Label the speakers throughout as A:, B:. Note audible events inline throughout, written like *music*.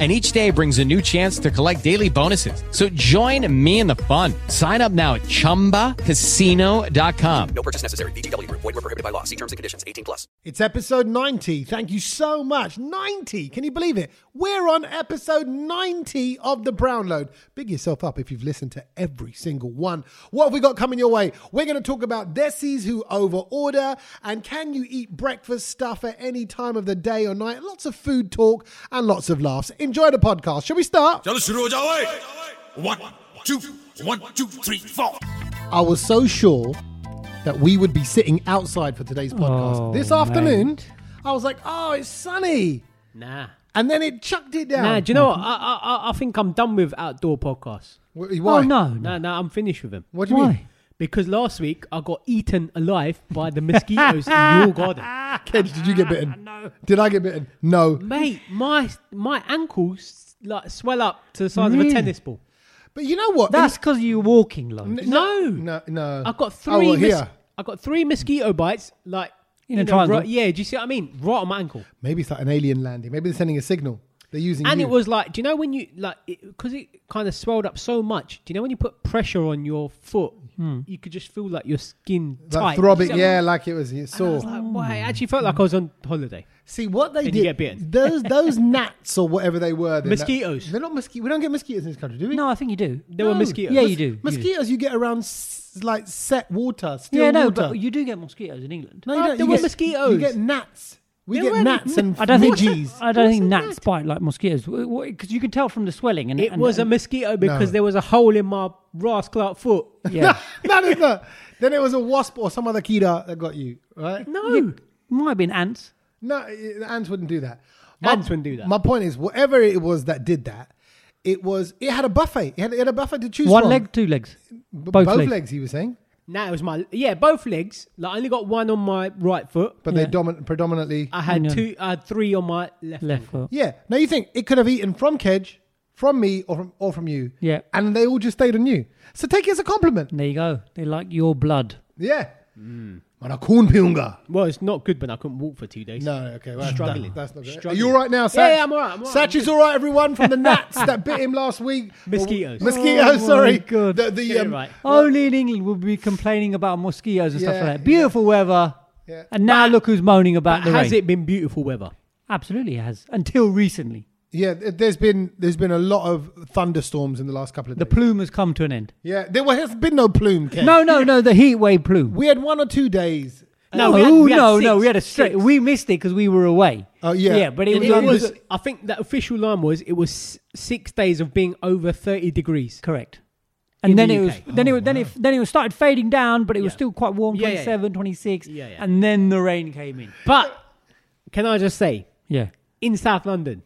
A: and each day brings a new chance to collect daily bonuses. So join me in the fun. Sign up now at ChumbaCasino.com.
B: No purchase necessary. VGW Group. Void were prohibited by law. See terms and conditions. 18 plus.
C: It's episode 90. Thank you so much. 90. Can you believe it? We're on episode 90 of The Brown Load. Big yourself up if you've listened to every single one. What have we got coming your way? We're going to talk about Desi's who over order and can you eat breakfast stuff at any time of the day or night? Lots of food talk and lots of laughs. Enjoy the podcast. Shall we start?
D: चलो शुरू हो जाओ ओए। One, two, one, two, three, four.
C: I was so sure that we would be sitting outside for today's podcast.
E: Oh,
C: this afternoon,
E: mate.
C: I was like, oh, it's sunny.
E: Nah.
C: And then it chucked it down.
E: Nah, do you know what? I, I, I- I think I'm done with outdoor podcasts.
C: Wh-
F: Oh,
E: Oh,
C: Why?
E: Nah, nah, I'm finished with them.
C: What do you Why? *laughs* mean?
E: Because last week I got eaten alive by the mosquitoes in
C: *laughs*
E: your garden.
C: Kedge, did you get bitten? No. Did I get bitten? No.
E: Mate, my my ankles like swell up to the size of a tennis ball.
C: But you know what?
F: That's because you're walking low.
C: In-
E: No.
C: No, no.
E: I got three.
C: Oh, well,
E: mos-
C: here.
E: I got three mosquito bites. Like
F: In
E: you
F: a
E: know,
F: triangle.
E: right- yeah, do you see what I mean? Right on my ankle.
C: Maybe it's like an alien landing. Maybe they're sending a signal. They're using
E: And
C: you.
E: it was like, do you know when you like because it, kind of swelled up so much? Do you know when you put pressure on your foot, you could just feel like your skin
C: Like
E: tight,
C: throbbing,
E: So-
C: Hmm. yeah, like it was it
E: and I
C: sore.
E: was like, wow,
F: Oh.
E: it actually felt like I was on holiday.
C: See what they
E: And
C: did.
E: you get bitten.
C: Those those gnats or whatever they were. they're not-
E: Mosquitoes.
C: they're not mosquitoes. We don't get mosquitoes in this country, do we?
F: No, I think you do.
E: There were
C: No.
E: mosquitoes.
F: Yeah, you do. you do.
C: Mosquitoes you get around s- like set water, still
F: Yeah, no,
C: water.
F: but you do get mosquitoes in England.
C: no, you
E: Oh,
C: don't.
E: there
C: you
E: were
C: get,
E: mosquitoes.
C: You get gnats. We
E: There
C: get
E: were
C: gnats and
F: I don't think
C: midges.
F: *laughs* I don't think gnats bite like mosquitoes because you can tell from the swelling. And
E: It
F: and-
E: was a
F: and-
E: mosquito because
C: No.
E: there was a hole in my Ross Clark foot.
C: *laughs*
F: yeah.
C: no, no, no. Then it was a wasp or some other kida that got you, right?
E: No,
F: might have been ants.
C: No, i- ants wouldn't do that.
E: Ants wouldn't do that.
C: My point is, whatever it was that did that, it was it had a buffet. It had, it had a buffet to choose
F: One
C: from.
F: leg, two legs,
C: B-
F: both, legs.
C: He was saying,
E: nah, it was my yeah, both legs. Like I only got one on my right foot.
C: but they domin- predominantly.
E: I had
F: Yeah.
E: two, I had three on my left.
F: left
E: hand.
F: foot.
C: yeah. Now you think it could have eaten from Kedge, from me, or from or from you.
F: Yeah.
C: And they all just stayed on you. So take it as a compliment.
F: There you go. They like your blood.
C: Yeah. Manakun piunga.
E: Well, it's not good when I couldn't walk for two days.
C: No, okay, well,
E: Struggling.
C: That, that's not good.
E: Struggling.
C: Are you all right now, Satch?
E: Yeah, yeah, I'm all right, I'm all right,
C: Satch
E: I'm
C: is all right, everyone, from the gnats *laughs* that bit him last week.
E: Mosquitoes. Oh,
C: Mosquitoes, sorry.
F: God.
C: The, the,
E: Get it
C: um,
E: right.
F: Only in England will we be complaining about mosquitoes and
C: Yeah,
F: stuff like that. Beautiful weather.
C: Yeah.
F: And now look who's moaning
E: But
F: about the
E: has
F: rain.
E: it been beautiful weather?
F: Absolutely has. Until recently,
C: Yeah, th- there's been there's been a lot of thunderstorms in the last couple of
F: the
C: days.
F: plume has come to an end.
C: yeah, there was, has been no
E: *laughs*
C: plume. Ken.
F: No, no, no. The heat wave plume.
C: we had one or two days.
E: No, we had-
F: oh
E: we had
F: no,
E: six,
F: no, we had a straight.
E: six.
F: We missed it because we were away.
C: Oh, yeah.
F: yeah, but it,
C: It
F: was,
E: It
F: under-
E: was. I think the official line was it was s- six days of being over thirty degrees.
F: correct.
E: In
F: And then
E: the
F: it was,
E: UK.
F: then it was, then it, then it was started fading down, but it was
E: Yeah.
F: still quite warm,
E: Yeah, yeah, yeah.
F: 27, 26,
E: Yeah, yeah.
F: and then the rain came in.
E: But can I just say,
F: Yeah,
E: in South London,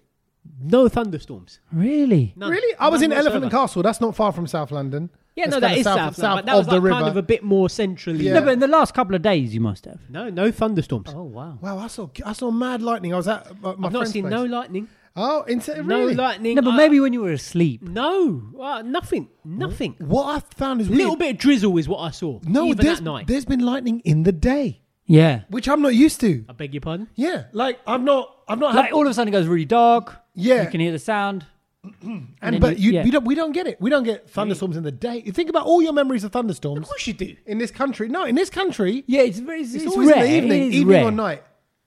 E: no thunderstorms.
F: really.
E: None.
C: Really, I was
E: None
C: in Elephant and
E: whatsoever.
C: Castle. That's not far from South London.
E: Yeah,
C: That's
E: no,
C: kinda
E: that is South, London, but that was like kind of a bit more centrally.
C: Yeah. Oh,
F: No, but in the last couple of days, you must have.
E: No, no thunderstorms.
F: wow.
C: Wow, I saw I saw mad lightning. I was at uh, my
E: I've not
C: friend's
E: seen
C: place.
E: no lightning.
C: Oh, into,
E: No
C: really?
E: lightning.
F: No, but
E: I-
F: maybe when you were asleep.
E: no, uh, nothing, nothing.
C: What I found is
E: A
C: weird.
E: little bit of drizzle is what I saw.
C: Oh, No,
E: even
C: there's,
E: that night.
C: there's been lightning in the day,
F: Yeah,
C: which I'm not used to.
E: I beg your pardon.
C: Yeah, like oh, I've not, I've not
F: like all of a sudden it goes really dark.
C: Yeah.
F: you can hear the sound.
C: had. And
F: then
C: but
F: you-
C: you,
F: yeah.
C: we don't, we don't get it. We don't get thunderstorms in the day. You think about all your memories of thunderstorms
E: Of course you do.
C: in this country. No, in this country,
F: Yeah, it's very. It's,
C: it's,
F: it's
C: always in
F: rare.
C: the evening,
F: It is
C: evening or
F: rare.
C: night.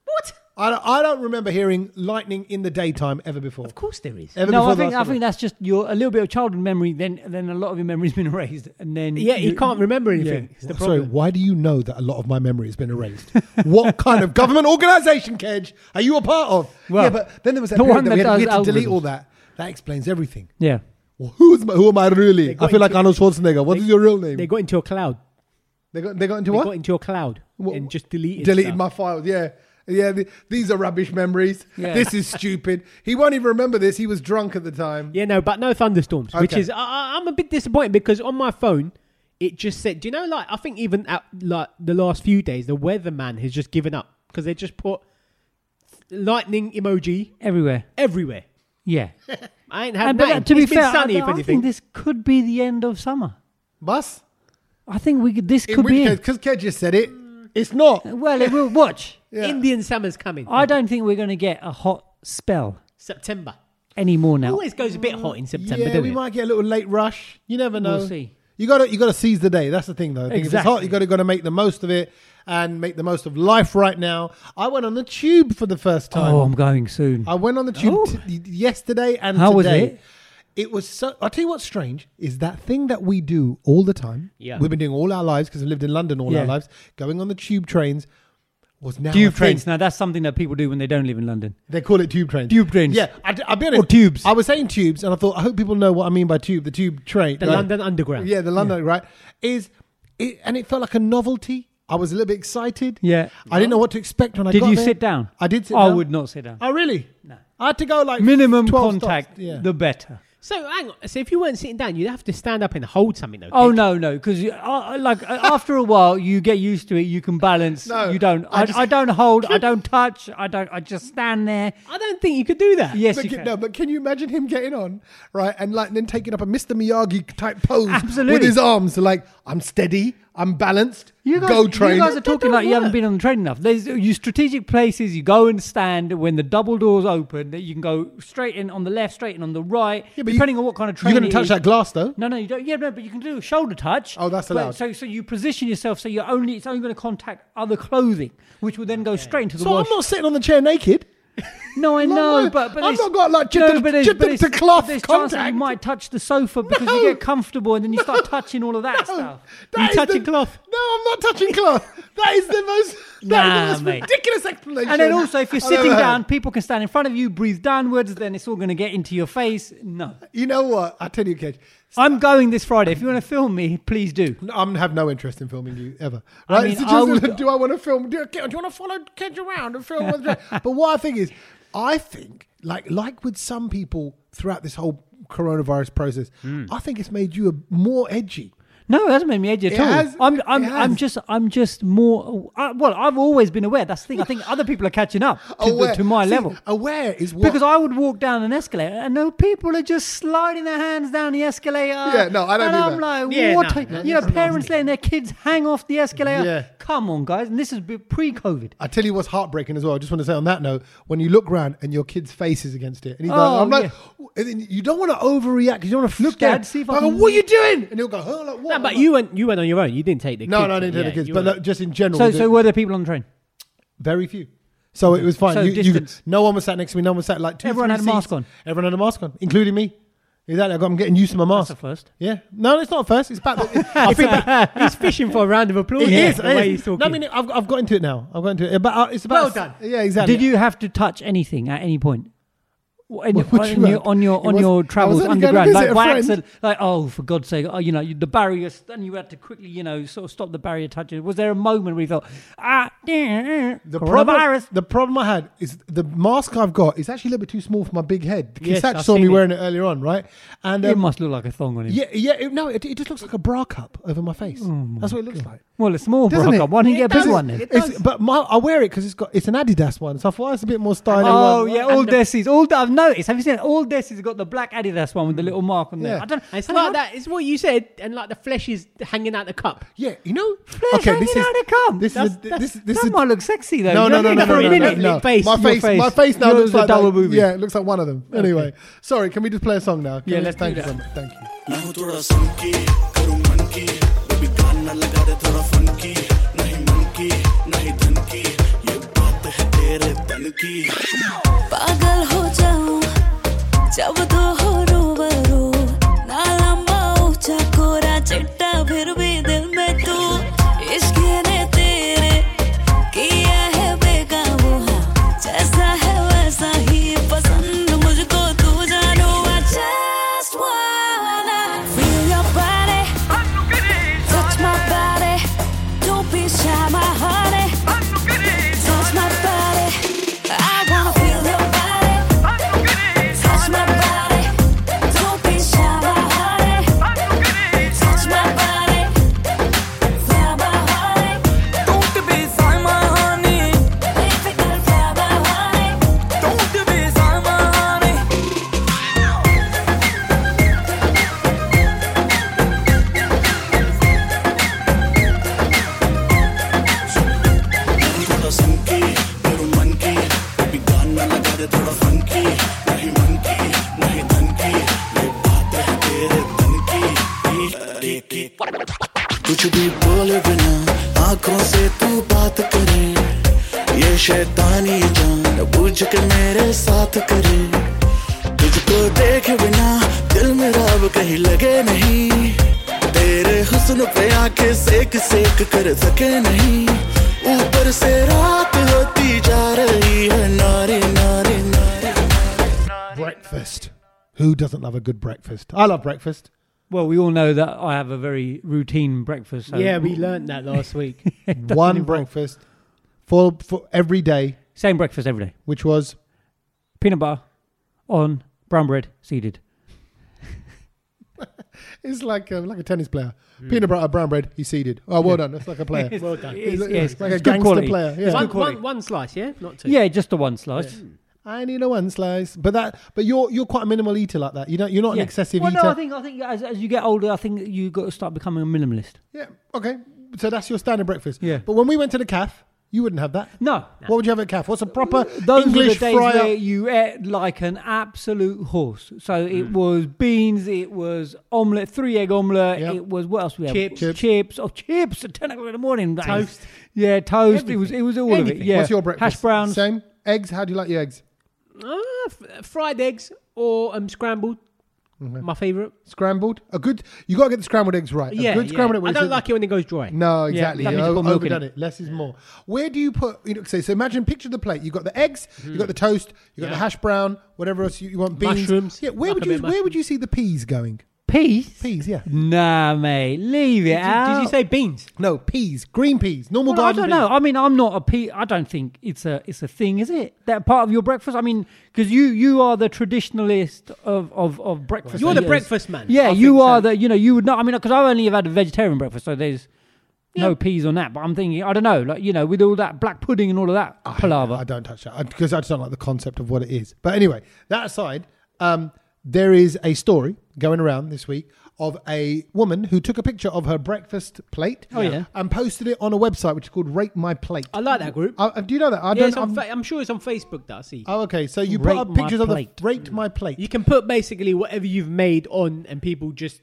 E: What?
C: I don't, I don't remember hearing lightning in the daytime ever before.
E: Of course there is.
C: Ever
F: No,
C: before
F: I
C: the
F: think I
C: last
F: think
C: one.
F: that's just your a little bit of childhood memory. Then then a lot of your memory's been *laughs* erased, and then
E: Yeah, you can't remember anything.
F: Yeah.
E: It's the
C: Sorry,
E: problem.
C: why do you know that a lot of my memory has been erased? *laughs* what kind of government organisation, Kedge, are you a part of?
F: Well,
C: yeah, but then there was that
F: the
C: period
F: one
C: that we
F: that
C: had, we
F: does
C: had to delete
F: algorithms.
C: all that. That explains everything.
F: Yeah,
C: Well, who's my, who am I really?
E: got
C: I feel like
E: into-
C: Arnold Schwarzenegger. What is your real name?
E: They got into a cloud.
C: They got they got into
E: They
C: what?
E: got into a cloud
C: What-
E: and just deleted.
C: Deleted
E: stuff.
C: my files. Yeah, yeah. th- these are rubbish memories.
F: Yeah.
C: This is stupid. He won't even remember this. He was drunk at the time.
E: Yeah, no, but no thunderstorms, which
C: Okay.
E: is I- I, I'm a bit disappointed because on my phone it just said, do you know, like I think even at, like the last few days the weatherman has just given up because they just put lightning emoji
F: everywhere.
E: everywhere.
C: *laughs*
F: Yeah.
E: I ain't
F: And
E: had
F: but
E: none.
F: that- to be
E: It's been
F: fair, I-
E: sunny
F: I,
E: if anything.
F: think this could be the end of summer.
C: Bus?
F: I think we could, this
C: In
F: could
C: which
F: be
C: case,
F: it.
C: because Ked just said it, it's not.
F: Well, it will
C: *laughs*
F: watch.
C: Yeah.
E: Indian summer's coming.
F: I don't think we're going to get a hot spell
E: September
F: anymore now.
E: always goes a bit hot in September,
C: Yeah,
E: doesn't
C: we
E: it?
C: might get a little late rush. You never know.
F: We'll see.
C: You got to you got to seize the day. That's the thing, though. I think If it's hot,
F: Exactly.
C: you got to got to make the most of it and make the most of life right now. I went on the tube for the first time.
F: Oh, I'm going soon.
C: I went on the tube
F: Oh.
C: t- yesterday and
F: How was
C: today.
F: it?
C: It was so. I'll tell you what's strange is that thing that we do all the time.
E: Yeah.
C: We've been doing all our lives because we've lived in London all our
F: Yeah.
C: lives. Going on the tube trains was now a
F: Tube
C: thing.
F: trains. Now, that's something that people do when they don't live in London.
C: They call it tube trains.
F: Tube trains.
C: Yeah, I, I'll be honest.
F: Or tubes.
C: I was saying tubes, and I thought I hope people know what I mean by tube. The tube train.
E: The
C: Like-
E: London Underground.
C: Yeah, the London right is, it, and it felt like a novelty. I was a little bit excited.
F: Yeah.
C: I didn't know what to expect when I
F: Did
C: got
F: you
C: there.
F: sit down?
C: I did sit
F: I
C: down.
F: would not sit down.
C: Oh really? No. I had to go like
F: Minimum
C: 12
F: contact,
C: stops. Yeah.
F: the better.
E: So hang on. So if you weren't sitting down, you'd have to stand up and hold something though.
F: Oh
E: Kev.
F: no, no, because uh, like uh, after a while you get used to it. You can balance.
C: No,
F: you don't.
C: I
F: I, I,
C: just-
F: don't hold. I don't touch. I don't. I just stand there.
E: I don't think you could do that.
F: Yes,
C: But
F: you
C: can,
F: can.
C: no, but can you imagine him getting on right and like then taking up a Mr. Miyagi type pose with
F: Absolutely.
C: his arms like I'm steady, I'm balanced.
F: You guys,
C: go train.
F: you guys are
E: That don't
F: talking like you haven't
E: work.
F: been on the train enough. There's you strategic places you go and stand when the double doors open that you can go straight in on the left, straight in on the right,
C: Yeah, but you-
F: depending on what kind of train.
C: You're going
F: it
C: to touch
F: is.
C: that glass though.
F: No, no, you don't. Yeah, no, but you can do a shoulder touch.
C: Oh, that's
F: But-
C: allowed.
F: So, so you position yourself so you're only it's only going to contact other clothing, which will then go straight into the
C: So
F: wash.
C: I'm not sitting on the chair naked.
F: No, I
C: No,
F: know,
C: no,
F: but but
C: I've
F: it's-
C: not got, like, chit-
F: but
C: chit-
F: but
C: to cloth
F: There's chance that
C: contact.
F: you might touch the sofa because
C: No.
F: you get comfortable and then you start touching all of that stuff.
C: *laughs* That is
E: touching
C: the-
E: cloth?
C: No, I'm not touching cloth. That is the most, that is
F: Nah,
C: the most
F: mate.
C: ridiculous explanation.
F: And then also, if you're
C: I've ever
F: sitting
C: heard.
F: down, people can stand in front of you, breathe downwards. Then it's all going to get into your face. No,
C: you know what? I tell you, Kedge,
F: I'm going this Friday. If you want to film me, please do.
C: I'm have no interest in filming you ever. Right?
F: mean,
C: It's
F: I
C: just-
F: would-
C: do I want to film? Do, do you want to follow Kedge around and film?
F: *laughs*
C: with- but what I think is, I think like like with some people throughout this whole coronavirus process,
F: Hmm.
C: I think it's made you a more edgy.
F: No, it hasn't made me edgy at
C: It
F: all.
C: has-
F: I'm,
C: it
F: I'm, I'm
C: has.
F: just, I'm just more. Uh, well, I've always been aware. That's the thing. I think other people are catching up to, the- to my
C: See,
F: level.
C: Aware is what
F: Because I would walk down an escalator and no people are just sliding their hands down the escalator.
C: Yeah, no, I don't
F: And
C: do
F: I'm
C: that.
F: like,
E: Yeah,
F: what?
E: no,
F: are- you know, parents letting their kids hang off the escalator.
C: Yeah.
F: Come on, guys. And this is pre-COVID.
C: I tell you what's heartbreaking as well. I just want to say on that note, when you look round and your kid's face is against it, and he's
F: Oh,
C: like, "I'm like," and then you don't want to overreact because you don't want to look
F: Dad, see if I
C: Like,
F: can-
C: what are you doing? And he'll go, "Huh, like what?"
E: No,
C: I'm
E: but
C: like,
E: you went. You went on your own. You didn't take the.
C: no,
E: kids.
C: no, I didn't tell
E: Yeah,
C: the kids,
E: you
C: but
E: were-
C: look, just in general,
F: So,
C: the-
F: so were there people on the train?
C: very few. So it was fine.
F: So
C: You- you-
F: distance.
C: no one was sat next to me. No one was sat like two.
F: Everyone
C: three
F: had a mask
C: seats.
F: on.
C: Everyone had a mask on, including me. Exactly. I got- I'm getting used to my mask.
F: a first.
C: Yeah. No, it's not a first. It's about.
F: *laughs*
C: The, I think that-
E: *laughs* he's fishing for a round of applause.
C: it
E: here,
C: is,
E: The
C: it
E: way
C: is.
E: he's talking.
C: No, I mean, I've, I've got into it now. I've got into it. About, it's about.
E: Well done.
C: Yeah, exactly.
F: Did you have to touch anything at any point? In,
C: What- what
F: on,
C: you
F: your,
C: had?
F: on
C: It
F: your on
C: was- I
F: your
C: was
F: travels
C: only going to
F: underground,
C: visit
F: like
C: a
F: by
C: friend.
F: accident, like oh for God's sake, oh, you know you- the barrier, then you had to quickly you know sort of stop the barrier touching. Was there a moment where you thought ah the
C: The problem,
F: coronavirus?
C: the problem I had is the mask I've got is actually a little bit too small for my big head.
F: Yes,
C: Kisach
F: I've
C: saw me
F: seen it.
C: wearing it earlier on, right? And
F: It
C: um,
F: must look like a thong on him.
C: yeah, yeah, it, no, it, it just looks like a bra cup over my face.
F: Oh
C: That's what it looks like.
F: Well, a small
C: Doesn't
F: bra
C: it?
F: cup. Why don't you
E: It
F: get a big
E: does.
F: one then?
E: It
C: It's,
E: does.
C: but my, I wear it because it's got it's an Adidas one, so I thought it's a bit more stylish.
F: Oh
C: one.
F: yeah, all Desi's. All that I've noticed. Have you seen it? All Desi's got the black Adidas one with the little mark on
C: Mm.
F: there.
C: Yeah.
F: I don't.
E: it's
F: I don't
E: like
F: know.
E: that. It's what you said, and like the flesh is hanging out the cup.
C: yeah. You know,
F: Flares hanging out of cum.
C: This is
F: That's-
C: a- this,
F: that's-
C: this, is
F: that might look sexy though.
C: no,
F: You
C: no,
F: don't
C: no,
F: think
C: no,
F: that's
C: no, no,
F: really
C: no,
F: neat.
C: no.
E: Face,
C: My
E: your
C: face,
E: face.
C: my face now
F: Yours
C: looks
F: is a
C: like
F: double
C: that.
F: movie.
C: Yeah, it looks like one of them. Anyway, sorry. Can we just play a song now? Can
F: Yeah,
C: we-
F: let's do
C: thank you
F: that.
C: so much. Thank you.
G: मैं हूँ थोड़ा सनकी करूँ मन की baby गाना लगा दे थोड़ा फनकी नहीं मन की नहीं धन की ये बात है तेरे तन की
H: पागल हो जाऊं जब तो हो रूबरू ना लंबा ऊंचा कोरा चिट्टा फिर भी दिल में तू इश्क ने तेरे किया है बेगा वो हाँ जैसा है वैसा ही पसंद मुझको तू जानो I just wanna feel your body touch my body don't be shy my honey touch my body I wanna feel your body Touch my body,
G: शैतानी जान बूझ के मेरे साथ करे तुझको देखे बिना दिल मेरा अब कहीं लगे नहीं तेरे हुस्न पे आंखें सेक सेक कर सके नहीं ऊपर से रात होती जा रही है नारी नारी नारी
C: Breakfast. Who doesn't love a good breakfast? I love breakfast.
F: Well, we all know that I have a very routine breakfast. So
E: yeah, we learnt that last *laughs* week.
C: One breakfast for, for every day,
F: same breakfast every day.
C: which was
F: Peanut butter on brown bread, seeded.
C: it's like a, like a tennis player.
F: Mm.
C: Peanut butter, brown bread. He seeded. Oh, well done. That's like a player.
F: *laughs*
E: well done.
C: He's like,
F: yes,
C: like a
F: it's good
C: gangster
F: quality.
C: player. Yeah.
E: one, one, one slice, yeah, not two.
F: Yeah, just the one slice.
C: I need a one slice. But that, but you're you're quite a minimal eater like that. You don't. You're not
F: Yeah.
C: an excessive
F: well,
C: eater.
F: no, I think I think as, as you get older, I think you got to start becoming a minimalist.
C: yeah. Okay. So that's your standard breakfast.
F: Yeah.
C: But when we went to the calf, you wouldn't have that.
F: No, Uh,
C: What would you have at calf? What's a proper
F: those were
C: English
F: the days
C: fry
F: where
C: up?
F: you ate like an absolute horse. So it was beans, it was omelette, three egg omelette,
C: Yep.
F: it was what else we had?
E: Chips.
F: chips, chips, oh chips at ten o'clock in the morning. that is-
E: Toast.
F: yeah, toast. It was it was all of it.
C: Anything.
F: Yeah,
C: What's your breakfast?
F: Hash browns.
C: Same. Eggs. How do you like your eggs?
E: Ah, f- fried eggs or um, scrambled. My favourite.
C: Scrambled. A good. You got to get the scrambled eggs right.
E: Yeah,
C: a good
E: yeah.
C: scrambled egg.
E: I
C: is
E: don't
C: it-
E: like it when it goes dry.
C: No, exactly.
F: nothing to
C: O-
F: put milk in
C: overdone it. Less is more. Where do you put? You know, so, so imagine, picture the plate. You have got the eggs, you you got the toast, you have got the hash brown, whatever else you, you want. Beans.
E: Hmm. Mushrooms.
C: Yeah. Where
E: Like
C: would
E: a
C: you?
E: bit of
C: Where would you see the peas going?
F: Peas?
C: Peas. Yeah.
F: Nah, mate, leave it
E: Did,
F: out.
E: did you say beans?
C: No peas. Green peas. Normal
F: Well, I
C: garden
F: don't know. I mean, I'm not a pea. I don't think it's a it's a thing, is it? That part of your breakfast. I mean, because you you are the traditionalist of of, of breakfast.
E: You're the
F: eaters.
E: breakfast man.
F: Yeah,
E: I
F: you
E: think
F: are
E: so.
F: the. You know, you would not. I mean, because I only have had a vegetarian breakfast, so there's no peas on that. But I'm thinking, I don't know, like you know, with all that black pudding and all of that palaver.
C: I don't touch that because I just don't like the concept of what it is. But anyway, that aside, um, there is a story going around this week of a woman who took a picture of her breakfast plate
F: Oh, yeah.
C: and posted it on a website which is called Rate My Plate.
E: I like that group.
C: Uh, uh, do you know that? I
E: yeah,
C: don't.
E: it's on
C: I'm-
E: fa- I'm sure it's on Facebook that I see.
C: oh, okay. So you
F: Rate
C: put up
F: My
C: pictures of the
F: Plate.
C: Rate My Plate.
E: You can put basically whatever you've made on, and people just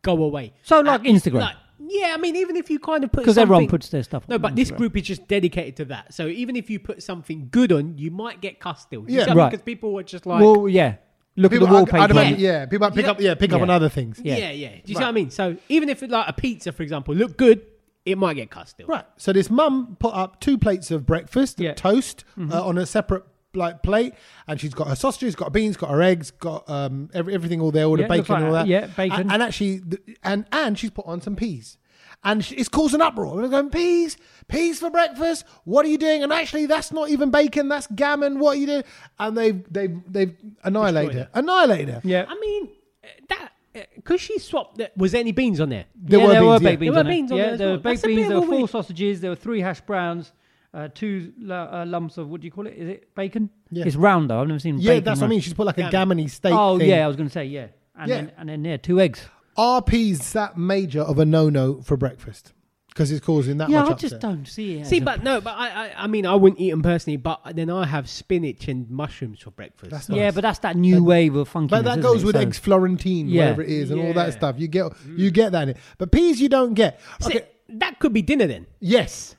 E: go away.
F: So, like Instagram?
E: Like, yeah, I mean, even if you kind of put
F: 'Cause everyone
E: something-
F: puts their stuff
E: No,
F: on
E: but this
F: Instagram.
E: group is just dedicated to that. So even if you put something good on, you might get cussed still.
C: Yeah.
F: Right.
E: Because people were just like,
F: well, yeah. Look
C: people,
F: at the wallpaper.
C: I, I don't
E: Yeah.
C: mind- yeah, people might pick
E: Yeah.
C: up. Yeah, pick up
F: Yeah.
C: on other things.
E: yeah, yeah.
F: yeah.
E: Do you see what I mean? So even if like a pizza, for example, looked good, it might get cussed still.
C: Right. So this mum put up two plates of breakfast,
F: Yeah. Mm-hmm.
C: toast uh, on a separate like plate, and she's got her sausages, got her beans, got her eggs, got um every, everything all there, all the
F: Yeah,
C: bacon,
F: looks like
C: and all
F: that.
C: that.
F: Yeah, bacon.
C: And, and actually, th- and and she's put on some peas. And she- it's causing uproar. We're going peas, peas for breakfast. What are you doing? And actually, that's not even bacon. That's gammon. What are you doing? And they've they've they've annihilated her. Annihilated her.
F: yeah.
E: I mean, uh, that because she swapped. That, was there any beans on there?
C: There
F: yeah,
C: were
F: there
C: beans,
F: were
C: yeah.
F: baked beans.
E: There were
F: on it.
E: beans on
F: yeah,
E: there as
F: there
E: well.
F: were
E: That's
F: baked
E: a
F: beans.
E: bit
F: There
E: of
F: were
E: a
F: four
E: weird-
F: sausages. There were three hash browns, uh, two lu- uh, lumps of what do you call it? Is it bacon?
C: Yeah.
F: It's round though. I've never seen.
C: Yeah,
F: bacon
C: that's what I
F: round.
C: mean. She's put like a gammony steak.
F: Oh
C: thing.
F: yeah, I was going to say yeah. And
C: Yeah.
F: then and then yeah, two eggs.
C: Are peas that major of a no-no for breakfast? Because it's causing that
F: Yeah,
C: much
F: I
C: upset.
F: just don't see it. as
E: See,
F: a-
E: but no, but I, I, I mean, I wouldn't eat them personally. But then I have spinach and mushrooms for breakfast.
C: That's
F: yeah,
C: nice.
F: but that's that new wave of funkiness.
C: But that
F: isn't
C: goes
F: it?
C: with
F: So-
C: eggs Florentine,
F: Yeah. Mm.
C: whatever it is, and all that
E: Yeah.
C: stuff. You get you get that in it. But peas you don't get.
E: So
C: Okay.
E: That could be dinner then.
C: Yes.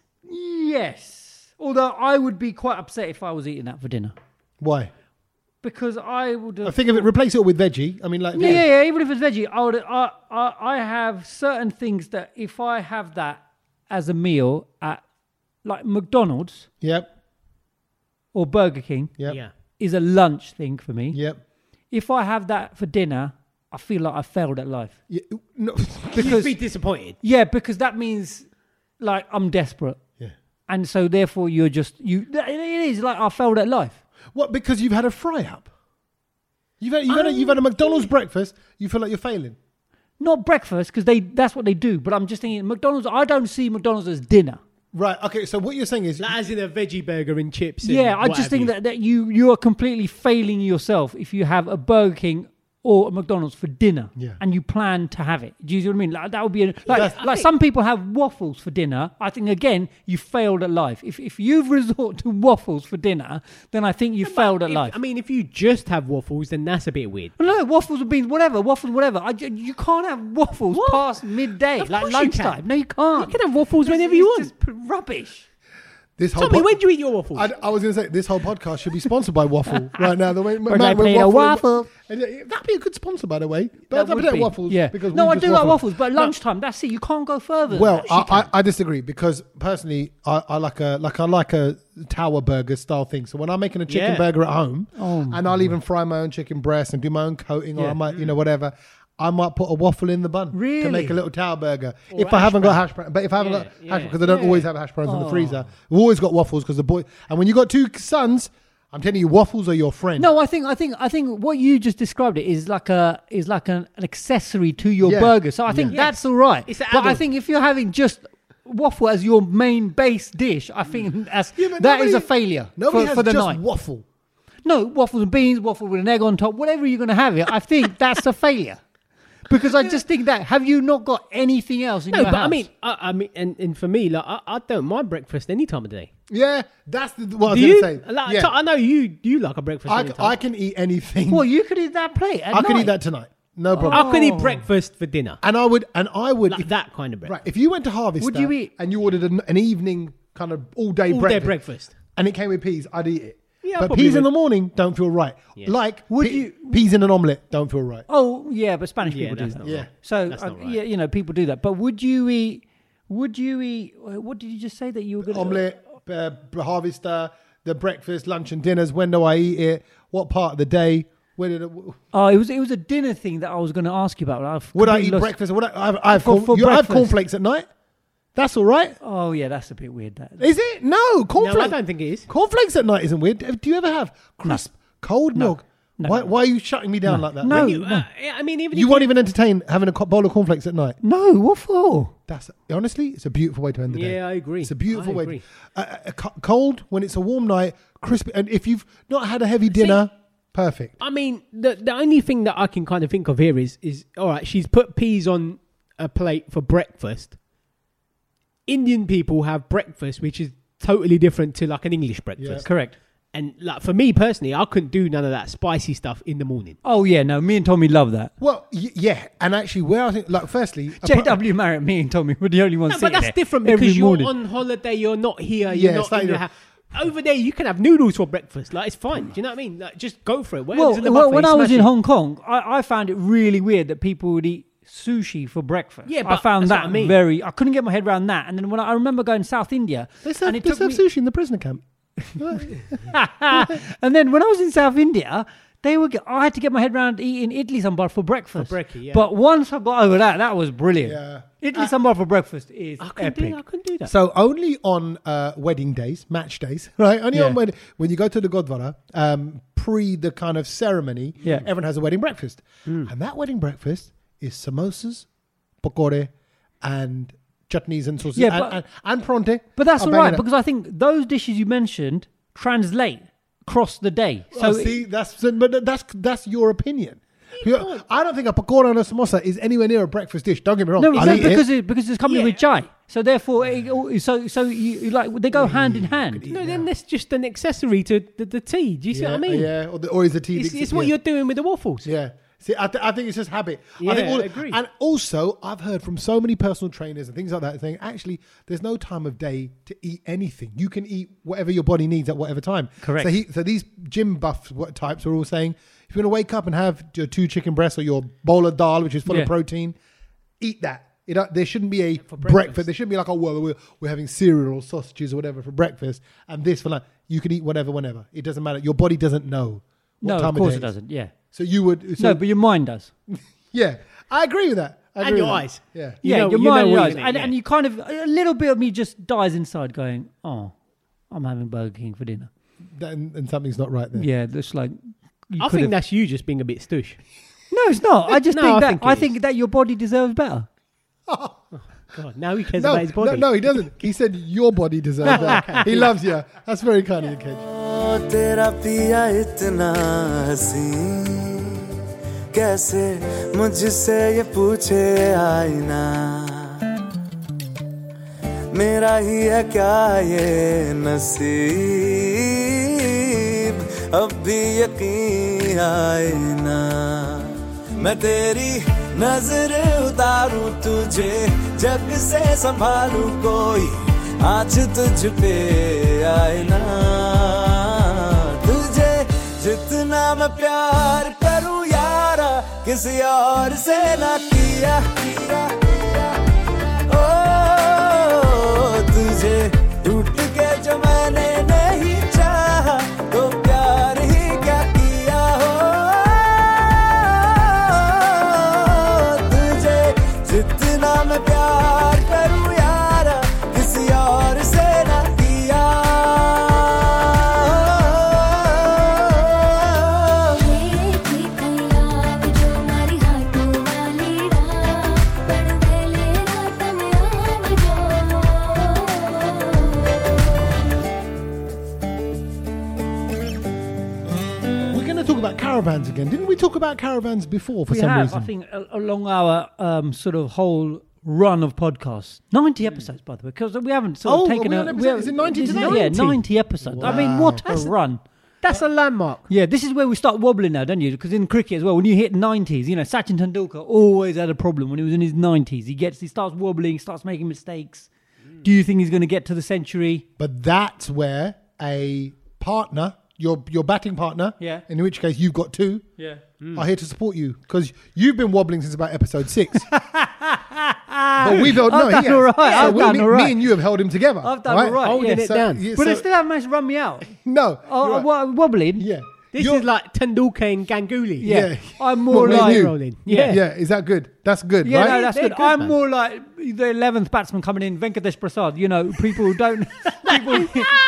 F: Yes, although I would be quite upset if I was eating that for dinner
C: Why?
F: because I would.
C: I
F: Have,
C: think of it. Replace it all with veggie. I mean, like
F: yeah, yeah, yeah. Even if it's veggie, I would. I, I I have certain things that if I have that as a meal at like McDonald's
C: Yep.
F: or Burger King
C: Yep.
E: Yeah.
F: is a lunch thing for me.
C: Yep.
F: If I have that for dinner, I feel like I failed at life.
C: Yeah. No. *laughs*
E: You'd
F: Because
E: be disappointed.
F: yeah, because that means like I'm desperate.
C: yeah.
F: And so therefore you're just you it is like I failed at life.
C: What? Because you've had a fry up. You've had you've had, a, you've had a McDonald's breakfast. You feel like you're failing.
F: Not breakfast because they that's what they do, but I'm just thinking McDonald's I don't see McDonald's as dinner.
C: Right. Okay. So what you're saying is
E: Like, as in a veggie burger and chips. and
F: yeah, I
E: what have
F: just think
E: you.
F: that, that you you are completely failing yourself if you have a Burger King or a McDonald's for dinner
C: Yeah.
F: and you plan to have it. Do you see what I mean? Like that would be a, like,
E: I
F: like
E: think-
F: some people have waffles for dinner. I think again you failed at life. If if you've *laughs* resort to waffles for dinner, then I think you
E: But
F: failed at
E: if-
F: life.
E: I mean, if you just have waffles, then that's a bit weird.
F: no, waffles and beans, whatever, waffles, whatever. I, ju- you can't have waffles
E: What?
F: past midday,
E: Of
F: like
E: course you can.
F: lunchtime. No, you can't.
E: You can have waffles
F: It's-
E: whenever you
F: it's
E: want.
F: just p- rubbish.
C: This whole
E: Tommy,
C: pod-
E: when do you eat your waffles?
C: I, I was going to say this whole podcast should be sponsored by Waffle
F: *laughs*
C: right now. The way
F: I played a waffle.
C: And, uh, that'd be a good sponsor, by the way.
F: That
C: But I
F: would
C: don't
F: be-
C: waffles.
F: Yeah.
C: Because
F: no,
C: we
F: I
C: just
F: do like
C: waffle.
F: waffles, but at
C: No,
F: lunchtime, that's it. You can't go further. than
C: Well,
F: that. She
C: I,
F: can.
C: I, I disagree because personally, I, I like a like I like a tower burger style thing. So when I'm making a chicken
E: Yeah.
C: burger at home,
F: Oh
C: and I'll even fry my own chicken breast and do my own coating, or I might you know whatever. I might put a waffle in the bun to make a
F: Mm. Really?
C: little tower burger. if I haven't got hash brown, but if I haven't
E: Yeah,
C: got hash
E: yeah.
C: because I don't always have hash browns
F: Oh.
C: in the freezer. We've always got waffles because the boy. And when you got two sons, I'm telling you, waffles are your friend.
F: no, I think I think I think what you just described it is like a is like an, an accessory to your
C: Yeah.
F: burger. So I think
C: Yeah.
F: that's all right.
E: It's an
F: but I
E: add-on.
F: think if you're having just waffle as your main base dish, I think that's
C: Mm. Yeah, but
F: that
C: nobody-
F: is a failure
C: Nobody
F: for,
C: has
F: for the
C: just
F: night.
C: waffle.
F: No, waffles and beans, waffle with an egg on top, whatever you're going to have it.
C: *laughs*
F: I think that's a failure. Because I just think that have you not got anything else in
E: no,
F: your
E: but
F: house?
E: I mean, I, I mean, and, and for me, like, I, I don't mind breakfast any time of day.
C: Yeah, that's the, what
E: Do
C: I was
E: you?
C: going to say.
E: Like,
C: yeah.
E: Tom, I know you. You like a breakfast.
C: I,
E: any
C: c-
E: time.
C: I can eat anything.
F: well, you could eat that plate.
C: *laughs*
F: At
C: I could eat
F: night.
C: that tonight. No problem.
E: I could eat breakfast for dinner.
C: And I would, and I would,
E: Like
C: Oh. if-
E: that kind of breakfast.
C: right. If you went to Harvester,
F: Would you eat-
C: And you ordered an, an evening kind of all day
E: All day
C: breakfast,
E: breakfast.
C: and it came with peas, I'd eat it.
E: Yeah, I
C: but
E: probably
C: peas in
E: would.
C: the morning don't feel right. Like
F: Would
C: pe-
F: you-
C: peas in an omelette don't feel right.
F: Oh yeah, but Spanish
E: Yeah,
F: people do
E: that's
F: that.
E: not
C: Yeah.
E: right.
F: So
E: That's
F: uh,
E: not right.
F: yeah, you know, people do that. But would you eat? Would you eat? uh, What did you just say that you were going to
C: Omelette, uh, Harvester, the breakfast, lunch, and dinners. When do I eat it? What part of the day? Where did it,
F: Oh, it was it was a dinner thing that I was going to ask you about. I've
C: would I
F: completely
C: eat
F: lost-
C: breakfast? Would I? I've, I've,
F: For-
C: corn,
F: for
C: you- I have
F: breakfast.
C: cornflakes at night. That's all right.
F: Oh yeah, that's a bit weird. That
C: Is it? No, cornflakes.
E: don't think it is.
C: Cornflakes at night isn't weird. Do you ever have crisp, cold milk?
F: No.
C: Why, why are you shutting me down like that?
F: No.
C: You,
E: You- uh, yeah, I mean, even
C: you
E: if
C: won't even entertain having a co- bowl of cornflakes at night.
F: no, what for?
C: That's honestly, it's a beautiful way to end the day.
E: Yeah, I agree.
C: It's a beautiful
E: I
C: way.
E: agree.
C: Uh, uh, co- cold when it's a warm night, crispy, and if you've not had a heavy dinner, perfect.
E: I mean, the the only thing that I can kind of think of here is is all right. She's put peas on a plate for breakfast. Indian people have breakfast, which is totally different to like an English breakfast.
F: Correct.
E: And like for me personally, I couldn't do none of that spicy stuff in the morning.
F: Oh yeah, no. Me and Tommy love that.
C: Well, y- yeah, and actually, where I think, like, firstly, a pro-
F: *laughs* JW Marriott, me and Tommy were the only ones.
E: No, but
F: sitting
E: that's
F: there
E: different
F: every
E: because you're
F: morning.
E: on holiday. You're not here.
C: Yeah,
E: You're
C: it's
E: not
C: not
E: in the
C: even-
E: house. Over there, you can have noodles for breakfast. Like it's fine. Do you know what I mean? Like just go for it. Whatever's in the
F: well,
E: buffet,
F: when I was
E: smash
F: in
E: it.
F: Hong Kong, I, I found it really weird that people would eat sushi for breakfast.
E: Yeah,
F: I
E: but
F: found
E: that's
F: that
E: what I mean.
F: very. I couldn't get my head around that. And then when I, I remember going to South India,
C: they serve,
F: and it
C: they
F: took
C: serve
F: me-
C: sushi in the prisoner camp.
F: *laughs* and then when I was in South India, they were. Get, I had to get my head around eating idli sambar for breakfast.
E: brekkie, yeah.
F: But once I got over that, that was brilliant.
C: Yeah.
F: Idli sambar for breakfast is
E: I couldn't do
F: epic.
E: that. I couldn't do that.
C: So only on uh, wedding days, match days, *laughs* right? Only on
F: Yeah.
C: when when you go to the Godvara, um, pre the kind of ceremony,
F: Yeah. Mm.
C: everyone has a wedding breakfast, and that wedding breakfast is samosas, pakore, and chutneys and sauces,
F: Yeah,
C: and,
F: but-
C: and, and pronte.
F: But that's
C: are
F: all right
C: banging
F: because
C: out.
F: I think those dishes you mentioned translate across the day. So
C: Oh,
F: it-
C: see, that's so- but that's that's your opinion. You- I don't think a pakora and a samosa is anywhere near a breakfast dish. Don't get me wrong.
F: No,
C: I'll
F: no
C: eat it.
F: because it. because it's coming
E: Yeah.
F: with chai. So therefore, it, all- so so you you like they go hand in hand.
E: No, then that's just an accessory to the, the tea. Do you see
C: yeah,
E: what I mean?
C: yeah, or, the, or is the tea?
E: It's,
C: mixed-
E: it's what
C: yeah.
E: you're doing with the waffles.
C: Yeah. See, I, th- I think it's just habit. I
E: Yeah,
C: think
E: I agree.
C: And also, I've heard from so many personal trainers and things like that saying, actually, there's no time of day to eat anything. You can eat whatever your body needs at whatever time.
F: Correct.
C: So, he, so these gym buff what types are all saying, if you're going to wake up and have your two chicken breasts or your bowl of dal, which is full
F: Yeah.
C: of protein, eat that. You know, there shouldn't be a breakfast.
E: breakfast.
C: There shouldn't be like, oh, well, we're, we're having cereal or sausages or whatever for breakfast and this for lunch. You can eat whatever, whenever. It doesn't matter. Your body doesn't know. What
F: No,
C: time
F: of course
C: day it
F: it
C: is.
F: doesn't. Yeah.
C: So you would. So
F: no, but your mind does.
C: yeah, I agree with that. I
E: And
C: agree
E: your
C: with that.
E: eyes.
C: Yeah.
E: You
F: yeah,
E: know-
F: your
E: you know
F: mind
E: what
F: does,
E: you mean,
F: and,
E: yeah.
F: and you kind of a little bit of me just dies inside, going, "Oh, I'm having Burger King for dinner."
C: That- and, and something's not right there.
F: Yeah, that's like. you
E: I
F: could
E: think
F: have-
E: that's you just being a bit stoosh.
F: no, it's not. I
E: *laughs*
F: just
E: No,
F: think
E: I
F: that
E: think it
F: I
E: is.
F: think that your body deserves better.
E: God, Oh, now he cares
C: No,
E: about his
C: no,
E: body.
C: no, he doesn't. He said your body deserves
F: *laughs*
C: that. He loves you. That's very kind of you, Kedge.
G: ओ, तेरा पिया इतना हसीन कैसे मुझसे ये पूछे आईना मेरा ही है क्या ये नसीब अब भी यकीन आए ना मैं तेरी नजर उतारूं तुझे जग से संभालूं कोई आज तुझ पे आए ना तुझे जितना मैं प्यार करूं यारा किसी और से ना किया, किया, किया। ओ तुझे टूट के जो मैंने नहीं चाहा तो प्यार ही क्या किया हो तुझे जितना मैं प्यार करूं यारा किसी और से ना किया
C: We're going to talk about caravans again. Didn't we talk about caravans before for
F: we
C: some
F: have,
C: reason?
F: I think, a- along our um, sort of whole run of podcasts, ninety
E: Hmm.
F: episodes, by the way, because we haven't sort
C: Oh,
F: of
C: are
F: taken
C: we
F: a.
C: on episode-
F: we have-
C: is it 90
F: this
C: today?
F: Yeah,
C: 90?
F: ninety episodes. I mean, what a run!
E: That's a landmark.
F: Yeah, this is where we start wobbling now, don't you? Because in cricket as well, when you hit nineties, you know Sachin Tendulkar always had a problem when he was in his nineties. He gets, he starts wobbling, starts making mistakes.
C: Mm.
F: Do you think he's going to get to the century?
C: But that's where a partner, your your batting partner,
F: Yeah.
C: in which case you've got two,
F: Yeah.
C: are here to support you because you've been wobbling since about episode
F: *laughs*
C: six. but we've held no,
F: I've
C: he
F: done
C: has.
F: all right,
C: So
F: I've
C: we-
F: done
C: me,
F: all right.
C: me and you have held him together.
F: I've done all right,
E: Holding
F: yeah.
E: it down.
C: yeah,
F: But
C: so-
F: they still haven't managed to run
C: *laughs*
F: me out.
C: no,
F: Oh,
C: you're
F: uh,
C: right.
F: wo- wobbling.
C: yeah,
E: This
C: You're-
E: is like Tendulkar and Ganguly.
F: Yeah.
C: Yeah.
F: I'm more
C: Not me
F: like
C: and you.
E: rolling. Yeah.
C: yeah. Is that good? That's good,
F: Yeah,
C: right?
F: no, that's
E: They're
F: good.
E: good,
F: I'm
E: man.
F: more like the eleventh batsman coming in, Venkatesh Prasad. You know, people
C: *laughs*
F: who don't. *laughs* people,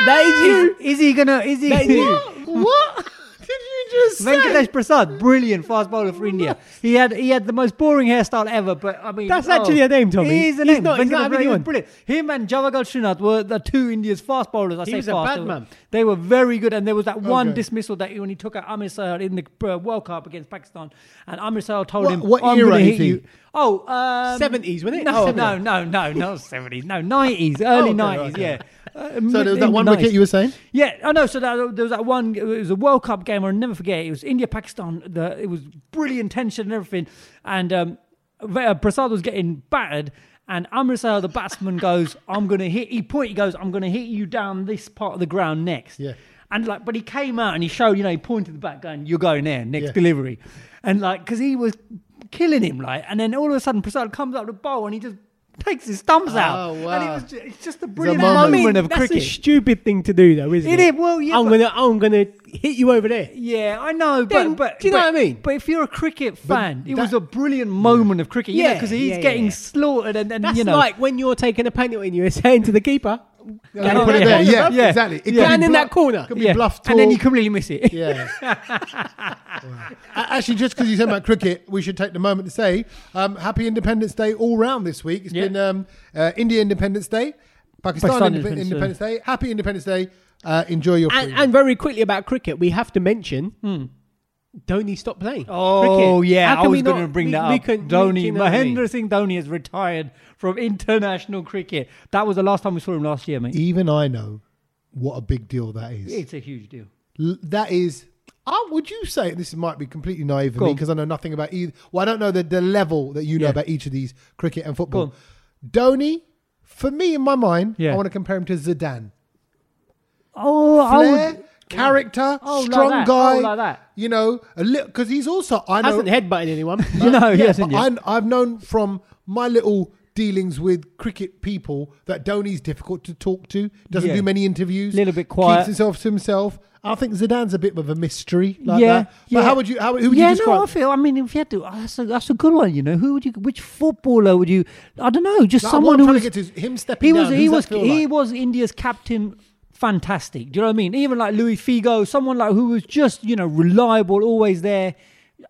E: That is you.
F: Is he gonna? Is he?
E: That is you.
F: *laughs*
C: what did you just say?
F: Venkatesh Prasad, brilliant fast bowler for India. He had he had the most boring hairstyle ever, but I mean
E: That's actually a name, Tommy.
F: He is a
E: He's
F: name.
E: not- he's not
F: Venkatesh
E: having
F: Prasad
E: you
F: was
E: on.
F: brilliant. Him and Javagal Srinath were the two India's fast bowlers. I
E: He
F: say
E: was a
F: fast.
E: bad
F: they were-
E: man.
F: They were very good, and there was that one
C: Okay.
F: dismissal that when he took out Amir Sahil in the uh, World Cup against Pakistan, and Amir Sahil told
C: What-
F: him,
C: what
F: "I'm
C: era
F: gonna
C: is
F: hit
C: he?
F: you." Oh, um,
E: 70s, wasn't it? Oh,
F: No, no,
E: okay. Oh,
F: no, no, not seventies. No, nineties, early
C: okay,
F: nineties.
C: okay.
F: Yeah. Uh,
C: So
F: mid-
C: there was that one
F: 90s.
C: wicket you were saying?
F: Yeah, I know. So that, there was that one. It was a World Cup game. I'll never forget. It It was India Pakistan. The, it was brilliant tension and everything. And um, Ve- uh, Prasad was getting battered. And Amr Sahil, the batsman, goes, "I'm gonna hit." He point. He goes, "I'm gonna hit you down this part of the ground next."
C: Yeah.
F: And like, but he came out and he showed, you know, he pointed the back gun. You're going there next
C: Yeah.
F: delivery, and like, because he was killing him, like. And then all of a sudden, Prasad comes up the bowl and he just takes his thumbs out.
C: Oh,
F: And it
C: wow.
F: was just, it's just a brilliant
C: moment.
F: moment,
C: I mean,
F: of
E: That's
F: cricket.
E: a stupid thing to do, though, isn't
F: It
E: it?
F: is, well, yeah,
E: I'm
F: but-
E: gonna, I'm gonna hit you over there.
F: Yeah, I know,
E: Then-
F: but, but
E: do you know
F: but-
E: what I mean?
F: But if you're a cricket fan, it was
C: that-
F: a brilliant moment of cricket, yeah,
E: Yeah,
F: because he's
E: yeah, yeah,
F: getting
E: yeah.
F: slaughtered and, and
E: That's
F: you know,
E: like when you're taking a penalty and you're *laughs* saying to the keeper,
C: Yeah,
F: put it
C: yeah,
F: there.
C: yeah,
F: Yeah.
C: exactly. It
F: Yeah.
C: could be
E: Down in that
C: bluff-
E: corner.
C: Could be
F: yeah,
C: bluff
F: and then you
C: talk.
F: completely miss *laughs* it.
C: Yeah. A- Actually, just because you said about cricket, we should take the moment to say um, Happy Independence Day all round this week. It's
F: Yeah.
C: been um, uh, India Independence Day, Pakistan,
F: Pakistan
C: Indep-
F: Independence
C: Independence,
F: Day.
C: Day, Happy Independence Day. Uh, enjoy your
E: and,
C: freedom.
E: and very quickly about cricket, we have to mention. Dhoni stopped playing.
F: Hmm. Oh
E: cricket.
F: yeah,
E: How
F: I
E: can we
F: was going to
E: not-
F: bring
E: we-
F: that
E: we
F: up.
E: can- do
F: Dhoni,
E: you know what I mean?
F: Mahendra Singh Dhoni has retired from international cricket. That was the last time we saw him last year, mate.
C: Even I know what a big deal that is.
F: It's a huge deal.
C: L- that is. Uh, would you say this might be completely naive of
F: Go
C: me
F: on.
C: because I know nothing about either? Well, I don't know the, the level that you know
F: Yeah.
C: about each of these cricket and
F: Go
C: football. Dhoni, for me in my mind,
F: Yeah.
C: I want to compare him to Zidane.
F: Oh,
C: flair,
F: *laughs*
C: character,
F: Oh, like
C: strong
F: that.
C: guy.
F: Oh, like that.
C: You know, a little because he's also I know.
E: Hasn't headbutted anyone.
F: *laughs* you know,
C: yeah,
F: Oh, yes,
C: but
F: yeah.
C: I, I've known from my little dealings with cricket people that Dhoni's difficult to talk to. Doesn't
F: Yeah.
C: do many interviews.
F: Little bit quiet.
C: Keeps himself to himself. I think Zidane's a bit of a mystery. Like
F: Yeah,
C: that. But
F: yeah.
C: how would you? How, who would
F: yeah,
C: you describe?
F: no, I feel. I mean, if you had to, that's a, that's a good one. You know, who would you? Which footballer would you? I don't know. Just
C: Like, what
F: someone
C: I'm
F: who
C: trying
F: was
C: to get to is him stepping
F: he was
C: down.
F: he
C: Who's that
F: was
C: feel
F: he
C: like?
F: was India's captain. Fantastic. Do you know what I mean? Even like Louis Figo, someone like who was just you know reliable, always there.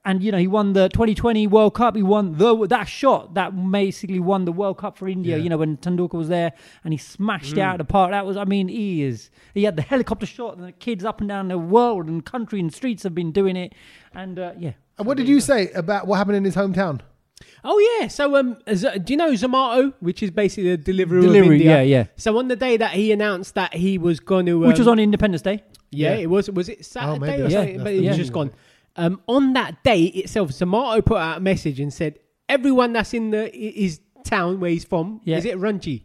F: And you know he won the 2020 World Cup. He won the that shot that basically won the World Cup for India. You know when Tendulkar was there and he
C: Mm.
F: smashed it out of the park. That was I mean he is he had the helicopter shot and the kids up and down the world and country and streets have been doing it. And uh, yeah,
C: And what did you say about what happened in his hometown?
E: Oh yeah. So um, Z- do you know Zomato, which is basically the delivery of
F: Delivery,
E: India?
F: yeah, yeah.
E: So on the day that he announced that he was going to, um,
F: which was on Independence Day.
E: yeah,
C: Yeah.
E: it was. Was Oh, it Saturday
C: maybe
E: or
C: that's-
E: something?
C: that's
E: but
C: the
E: it was
F: yeah.
E: just gone. Um, on that day itself, Zomato put out a message and said, "Everyone that's in the i- his town where he's from,
F: Yeah.
E: is it Ranchi?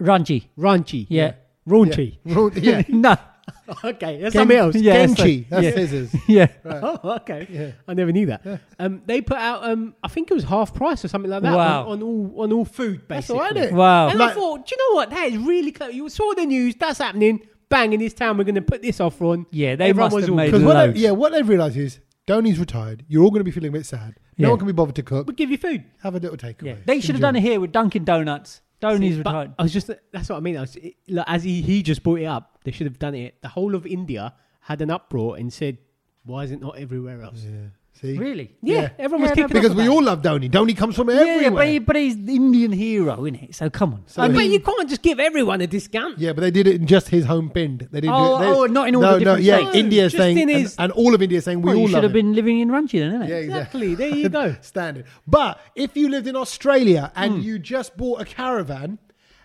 F: Ranchi.
E: Raunchy.
F: Yeah.
C: *laughs*
E: Raunchy.
C: Ru-
F: *laughs*
C: Yeah.
F: No.
E: *laughs* okay, that's
F: Ken-
E: something else.
F: *laughs* yeah, that's
E: Kenchi.
C: That's
F: Yeah. *laughs*
C: scissors.
F: Yeah.
E: *laughs* Oh, okay. I never knew that. Um, they put out, um, I think it was half price or something like that
F: Wow.
E: on, on all on all food.
C: That's
E: Basically,
C: all right, innit?
F: Wow.
E: And I
C: Like-
E: thought, do you know what? That is really clever. You saw the news. That's happening. Bang! In this town, we're going to put this offer on.
F: Yeah, they
E: Everyone
F: must
E: was
F: have
E: all-
F: made
C: 'Cause what
F: Loads.
C: they, yeah, what they've realised is Donny's retired. You're all going to be feeling a bit sad. No
F: Yeah.
C: one can be bothered to cook.
E: We'll give you food.
C: Have a little takeaway.
F: Yeah. They should have done it here with Dunkin' Donuts. Donny's
E: But
F: retired.
E: I was just. That's what I mean. I was, it, like, as he, he just brought it up, they should have done it. The whole of India had an uproar and said, "Why is it not everywhere else?" Yeah,
C: See?
F: Really?
E: everyone
F: Yeah,
E: was kicking
C: Because
E: off
C: we
E: about
C: all
E: it.
C: love Donny. Donny comes from
F: Yeah,
C: everywhere.
F: but, he, but he's the Indian hero, isn't it? So come on. So,
E: Like, but you can't just give everyone a discount.
C: Yeah, but they did it in just his home bend. They didn't
F: Oh,
C: do it. They,
F: oh, not in all
C: no,
F: the different
C: no, yeah,
F: states.
C: India's
E: Just
C: saying,
E: in
C: and,
E: his-
C: and all of India's saying, we
F: well,
C: all
F: Oh, you should
C: love
F: have
C: him.
F: been living in Ranchi then, innit?
C: Yeah,
E: Exactly. There
C: *laughs*
E: you go.
C: Standard. But if you lived in Australia and you just bought a caravan,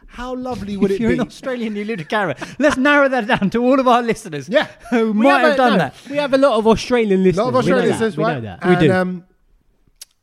C: how
F: *laughs*
C: lovely would
F: Hmm. if
C: it
F: you're
C: be?
F: an Australian, you live in a caravan. Let's narrow that down to all of our listeners
C: Yeah.
F: *laughs* who
E: We
F: might
E: a-
F: have done
E: no,
F: that.
E: *laughs* We have a lot of Australian listeners.
C: A lot of
E: We know
C: Australian
E: that.
C: listeners,
E: We
C: right?
E: know that.
C: And,
F: We do.
C: Um,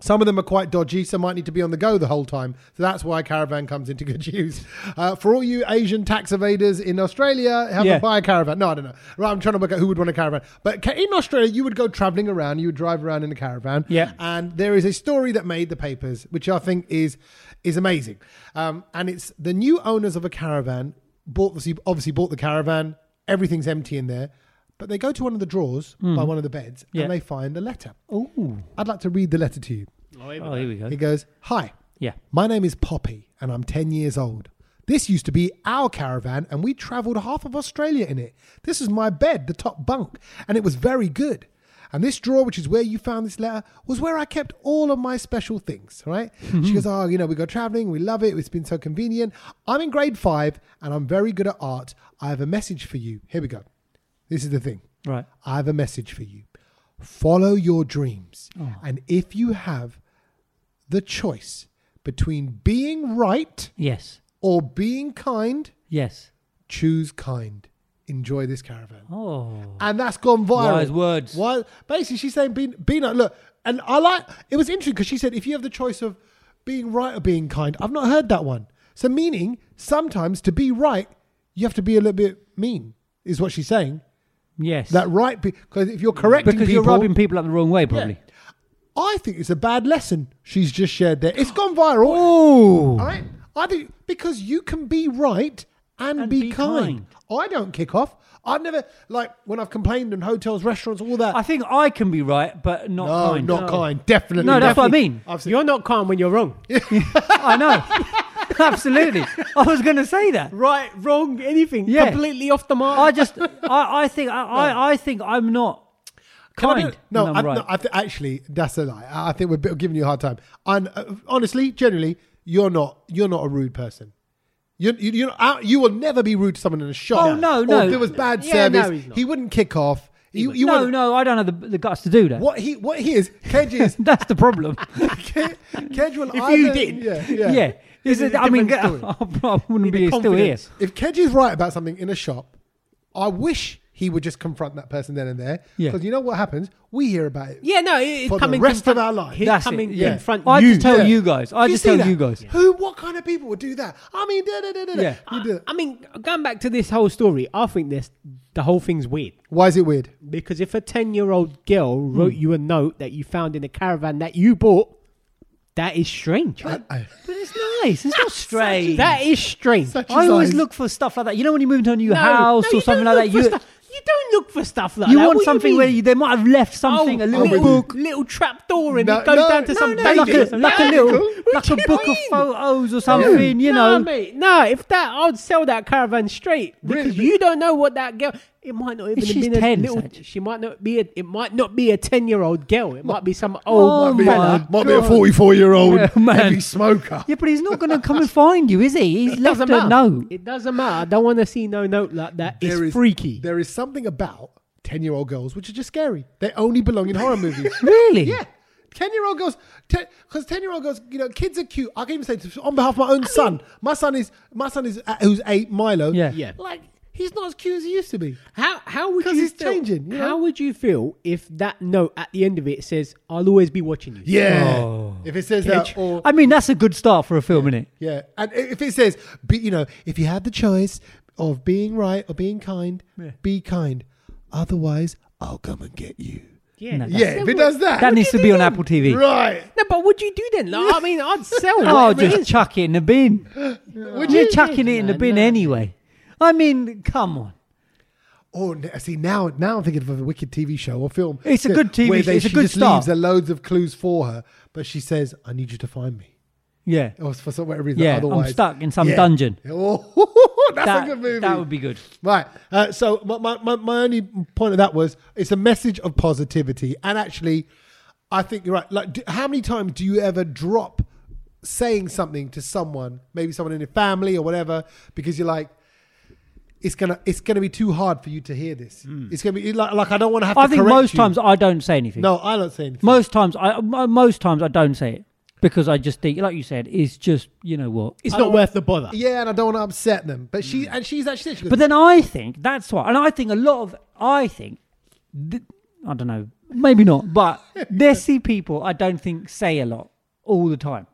C: some of them are quite dodgy. Some might need to be on the go the whole time. So that's why caravan comes into good *laughs* use. Uh, for all you Asian tax evaders in Australia, have
F: Yeah.
C: a buy a caravan. No, I don't know. Right, I'm trying to work out who would want a caravan. But ca- in Australia, you would go traveling around. You would drive around in a caravan.
F: Yeah.
C: And there is a story that made the papers, which I think is is amazing. Um, and it's the new owners of a caravan bought the, obviously bought the caravan. Everything's empty in there. But they go to one of the drawers by one of the beds
F: Yeah.
C: and they find a letter. Ooh. I'd like to read the letter to you.
F: Oh, here we go.
C: He goes, Hi.
F: Yeah.
C: My name is Poppy and I'm 10 years old. This used to be our caravan and we traveled half of Australia in it. This is my bed, the top bunk, and it was very good. And this drawer, which is where you found this letter, was where I kept all of my special things,
F: *laughs*
C: right? She goes, Oh, you know, we go traveling, we love it, it's been so convenient. I'm in grade five and I'm very good at art. I have a message for you. Here we go. This is the thing.
F: Right.
C: I have a message for you. Follow your dreams.
F: Oh.
C: And if you have the choice between being right
F: Yes.
C: or being kind,
F: Yes.
C: choose kind. Enjoy this caravan.
F: Oh.
C: And that's gone viral.
F: Wise words.
C: Why? Basically, she's saying, be, be not, look. And I like, it was interesting because she said, if you have the choice of being right or being kind, I've not heard that one. So, meaning sometimes to be right, you have to be a little bit mean, is what she's saying.
F: Yes.
C: That right, because if you're correcting
F: because you're
C: people,
F: rubbing people up the wrong way, probably.
C: I think it's a bad lesson she's just shared there. It's gone viral.
F: Oh.
C: All right. I think because you can be right and,
F: And
C: be,
F: be
C: kind. I don't kick off. I've never like when I've complained in hotels, restaurants, all that.
F: I think I can be right, but not
C: no,
F: kind.
C: not kind. Definitely.
F: No, that's what I
C: definitely.
F: mean.
C: I've seen,
E: You're not calm when you're wrong.
F: I know. *laughs* Absolutely. I was going to say that.
E: right, wrong, anything.
F: Yeah.
E: Completely off the mark.
F: I just, I, I think, I, I, I think I'm not
C: Can I be-
F: kind.
C: no,
F: when
C: I,
F: I'm right.
C: no, I th- actually, that's a lie. I I think we're bi- giving you a hard time. And uh, honestly, generally, you're not. You're not a rude person. You you you're not- uh, you will never be rude to someone in a shop.
F: Oh, no,
C: Or
F: no.
C: if there was bad
E: Yeah, no,
C: service,
E: he's not.
C: he wouldn't kick off. You, you
F: no,
C: wouldn't-
F: no, I don't have the, the guts to do that.
C: What he what he is, Kedge is
F: *laughs* That's the problem.
C: Ke- Kedge will
E: If you
C: either-
E: did.
C: yeah,
F: yeah.
C: yeah.
F: Is it,
E: a
F: I mean,
E: different
F: *laughs* I wouldn't be still here.
E: confidence.
C: If Kedge is right about something in a shop, I wish he would just confront that person then and there.
F: Yeah.
C: Because you know what happens? We hear about it.
E: yeah, no, it,
C: For
E: come
C: the
E: in
C: rest of
E: confront-
C: our life.
E: He'll
F: That's
E: come
F: it,
E: in
F: yeah.
E: confront
F: I
E: you.
F: just tell you guys. I
C: Do
F: just
C: see
F: tell
C: that?
F: you guys.
C: Who? What kind of people would do that? I mean, da da da da. da.
F: Yeah.
C: You do that.
E: I mean, going back to this whole story, I think this the whole thing's weird
C: Why is it weird?
E: because if a ten-year-old girl
F: Hmm.
E: wrote you a note that you found in a caravan that you bought, that is strange.
F: But it's nice. It's not strange.
E: That is strange.
C: Such
F: I always
C: size.
F: look for stuff like that. You know, when you move into a new
E: No,
F: house
E: no,
F: or
E: you
F: something
E: don't
F: like that,
E: look
F: you
E: for stu- you don't look for stuff like
F: you
E: that.
F: want
E: What do
F: something
E: mean?
F: where you, they might have left
E: Oh,
F: something, a little
C: I'm with
F: book.
E: book,
C: you.
E: little trap door, and
C: No,
E: it goes
C: no,
E: down to
C: no,
E: some
C: no,
E: baby.
F: like
C: Maybe.
F: a,
E: or something.
F: like a
E: No,
F: little,
E: what
F: like
E: do
F: a
E: you
F: book of
E: mean?
F: photos or something, you know.
E: no, mate, no. If that, I'd sell that caravan straight because
C: Really?
E: you don't know what that girl. It might not even
F: She's
E: have been
F: 10,
E: a little.
F: Saj.
E: She might not be. A, it might not be a ten-year-old girl. It might be some
F: Oh,
E: old.
F: my
E: fella.
C: Might be a forty-four-year-old
F: Yeah, man.
C: heavy smoker.
F: Yeah, but he's not going to come and find you, is he? He's
E: It
F: left a
E: doesn't matter.
F: note.
E: It doesn't matter. I don't want to see no note like that.
C: There
E: it's
C: is-
E: freaky.
C: There is something about ten-year-old girls which is just scary. They only belong in horror movies.
F: *laughs* Really?
C: Yeah. Ten-year-old girls, because ten-year-old girls, you know, kids are cute. I can even say this on behalf of my own son. my son is my son is uh, who's eight, Milo.
F: Yeah.
E: Yeah.
C: Like He's not as cute as he used to be.
E: How how would
C: 'Cause
E: you
C: it's
E: feel,
C: changing, you know?
E: How would you feel if that note at the end of it says, "I'll always be watching you"?
C: Yeah. If it says that,
E: Cage.
C: Uh, or
F: Oh. I mean, that's a good start for a film, innit?
C: yeah, and i- if it says, be, you know, if you have the choice of being right or being kind, be kind. Other's, I'll come and get you.
E: yeah.
F: No, that's-
C: Yeah, if it does that,
F: That needs to be on Apple TV.
C: right?
E: No, but would you do then? Like, I mean, I'd
F: *laughs*
E: sell.
F: Oh,
E: whatever it
F: just
E: is.
F: chuck it in the bin.
C: Would
F: You're
C: you?
F: chucking it in the bin anyway. I mean, come on.
C: Or Oh, n- see now, now I'm thinking of a wicked TV show or film.
F: It's a good TV
C: Where
F: it's a
C: she
F: good
C: just
F: start.
C: leaves her loads of clues for her, but she says, "I need you to find me."
F: Yeah.
C: Or for some whatever reason,
F: Yeah, I'm
C: otherwise
F: stuck in some dungeon.
C: *laughs* Oh, that's
F: that,
C: a good movie.
F: that would be good.
C: Right. Uh, so my, my, my, my only point of that was it's a message of positivity. And actually, I think you're right. Like, do, how many times do you ever drop saying something to someone, maybe someone in your family or whatever, because you're like, it's gonna it's gonna be too hard for you to hear this. It's gonna be like, like I don't want to have
F: Hmm. I
C: to
F: think
C: correct
F: most
C: you.
F: times I don't say anything.
C: no, I don't say anything.
F: Most times I m- most times I don't say it because I just think, like you said, it's just you know what.
E: it's not worth the bother.
C: yeah, and I don't want to upset them. But she and she's actually she goes,
F: Hmm. But then I think that's why, and I think a lot of I think th- I don't know, maybe not, but there see people I don't think say a lot all the time.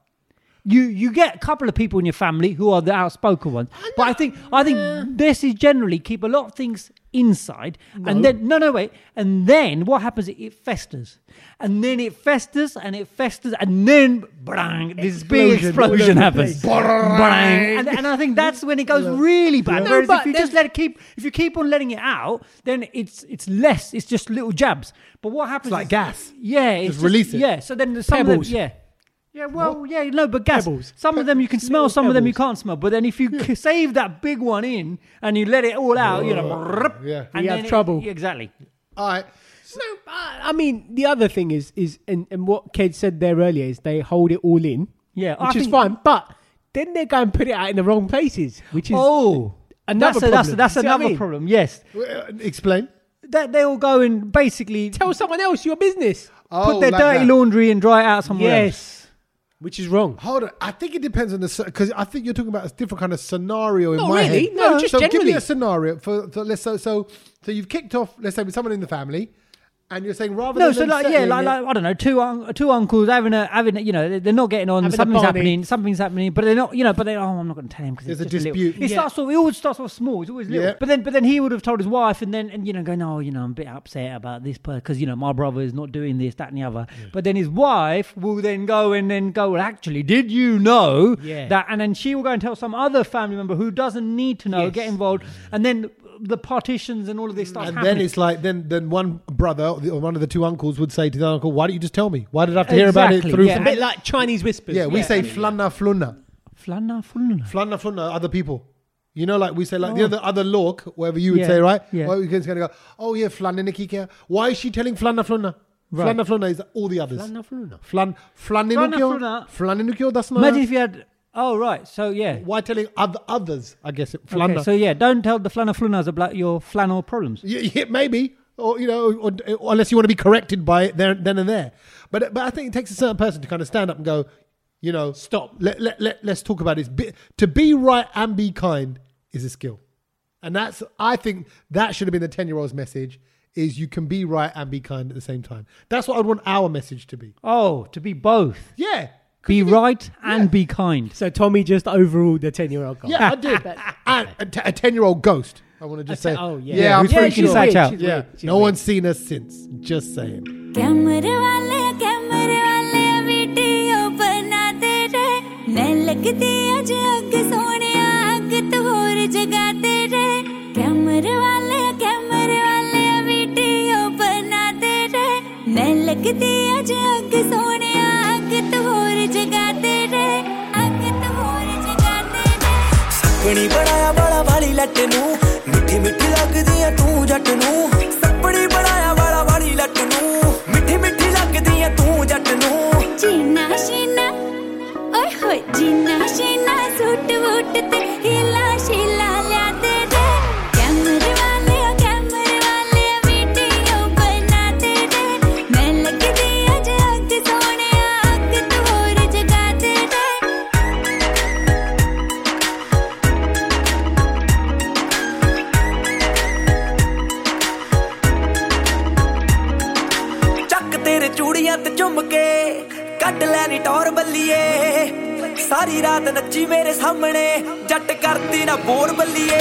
F: You you get a couple of people in your family who are the outspoken ones, but I think I think this is generally keep a lot of things inside, and then no no wait, and then what happens? It festers, and then it festers and it festers, and then bang, this big explosion happens, bang, and, and I think that's when it goes really bad.
E: No,
F: Whereas
E: but
F: if you
E: then-
F: just let it keep, if you keep on letting it out, then it's it's less. It's just little jabs. But what happens?
C: like
F: is-
C: gas.
F: Yeah, it's
C: Just release it.
F: Yeah. So then there's some
E: Pebbles.
F: of them, yeah. Yeah, well, yeah, no, but gas.
E: Pebbles.
F: Some of them you can smell,
E: Little
F: some of them you
E: pebbles.
F: can't smell. But then if you c save that big one in and you let it all out, you know,
C: Yeah.
E: You have
F: then it-
E: trouble.
F: exactly.
C: all right.
E: No, I I mean the other thing is is and, and what Ked said there earlier is they hold it all in,
F: Yeah, I
E: which is
F: think-
E: fine. But then they go and put it out in the wrong places, which is
F: Oh,
E: another
F: that's a- that's a-
E: problem.
F: that's
E: See what I
F: another
E: mean?
F: problem. Yes,
C: Uh, Explain.
F: that they all go and basically
E: tell someone else your business.
C: Oh,
F: put their
C: like
F: dirty
C: that.
F: laundry and dry it out somewhere else.
E: yes, which is wrong.
C: Hold on, I think it depends on the because I think you're talking about a different kind of scenario in
E: Not
C: my
E: really,
C: head.
E: no, No. just
C: so give me
E: generally.
C: a scenario for, for let's so so so you've kicked off let's say with someone in the family, and you're saying rather
F: No,
C: than
F: so
C: them
F: like yeah,
C: settling
F: like,
C: it-
F: like I don't know, two un- two uncles having a having a, you know they're- they're not getting on.
E: Having a
F: something's
E: party.
F: happening. Something's happening, but they're not you know. But they oh, I'm not going to tell him because
C: There's a dispute.
F: Little, it
C: Yeah.
F: starts off. It always starts off small. It's always little.
C: Yeah.
F: But then but then he would have told his wife, and then and you know going oh you know I'm a bit upset about this because you know my brother is not doing this that and the other. But then his wife will then go and then go well actually did you know
E: Yeah.
F: that and then she will go and tell some other family member who doesn't need to know
E: Yes.
F: get involved, and then the partitions and all of this stuff.
C: Mm. and
F: happening.
C: then it's like then then one brother or the- or one of the two uncles would say to the uncle, "Why don't you just tell me? Why did I have to hear about it
F: Exactly,
C: through?"
E: It's a
C: Yeah,
E: bit like Chinese whispers.
C: we say flunna flunna,
F: Flana, flana.
C: flunna flunna, other people. You know, like we say, like the other other lork, whatever you would
F: Oh. Yeah,
C: say, right?
F: yeah.
C: Well, we can just gonna go, oh yeah, flanna nikika. Why is she telling flanna flunna?
F: Right.
C: Flanna flunna is all the others.
E: Flunna flunna.
C: Flan flaninukyo.
F: Flanna flunna.
C: Flaninukyo
F: Imagine
C: dasna.
F: if you had. Oh right, so yeah.
C: Why telling other others? I guess it
F: Okay,
C: flanna.
F: so yeah, don't tell the flannel flunners about your flannel problems.
C: yeah, yeah, maybe, or you know, or, or unless you want to be corrected by it there, then and there. But but I think it takes a certain person to kind of stand up and go, you know,
E: Stop.
C: Let let, let let's talk about this. Be, to be right and be kind is a skill, and that's I think that should have been the ten year old's message. Is you can be right and be kind at the same time. That's what I'd want our message to be.
F: Oh, to be both,
C: Yeah,
F: be right and be kind.
E: So Tommy just overruled the ten-year-old guy.
C: yeah,
E: *laughs*
C: I do. and a t- a ten year old ghost. I want to just
E: A
C: say.
E: te- oh, yeah.
C: yeah,
E: Yeah,
C: I'm
F: who's
C: pretty
F: freaking
C: sure.
F: Satch
E: weird,
F: out.
E: she's
C: Yeah,
E: weird, she's
C: no
E: weird.
C: one's seen us since. Just saying.
H: कैमरे वाले कैमरे वाले video बना दे रे मैं लगती अज अग सोने अग तो होर जगा दे रे कैमरे वाले कैमरे वाले वीडियो बना दे रे मैं लगती अज अग सोने अग तो होर जगा दे रे अग तो होर जगा दे रे
G: ਸੱਪਣੀ ਬਣਾਇਆ ਵਾਲਾ ਵਾਲੀ ਲੱਟ ਨੂੰ ਮਿੱਠੀ ਮਿੱਠੀ ਲੱਗਦੀ ਆ ਤੂੰ ਜੱਟ ਨੂੰ ਸੱਪਣੀ ਬਣਾਇਆ ਵਾਲਾ ਵਾਲੀ ਲੱਟ ਨੂੰ ਮਿੱਠੀ ਮਿੱਠੀ ਲੱਗਦੀ ਆ ਤੂੰ ਜੱਟ ਨੂੰ
H: जीना शीना ओए होए जीना शीना सूट वूट ते हीला शीला लिया दे रे कैमरे वाले
I: ਝੁੰਮ ਕੇ ਕੱਢ ਲੈਣੀ ਟੌਰ ਬੱਲੀਏ ਸਾਰੀ ਰਾਤ ਨੱਚੀ ਮੇਰੇ ਸਾਹਮਣੇ ਜੱਟ ਕਰਦੀ ਨਾ ਬੋਰ ਬੱਲੀਏ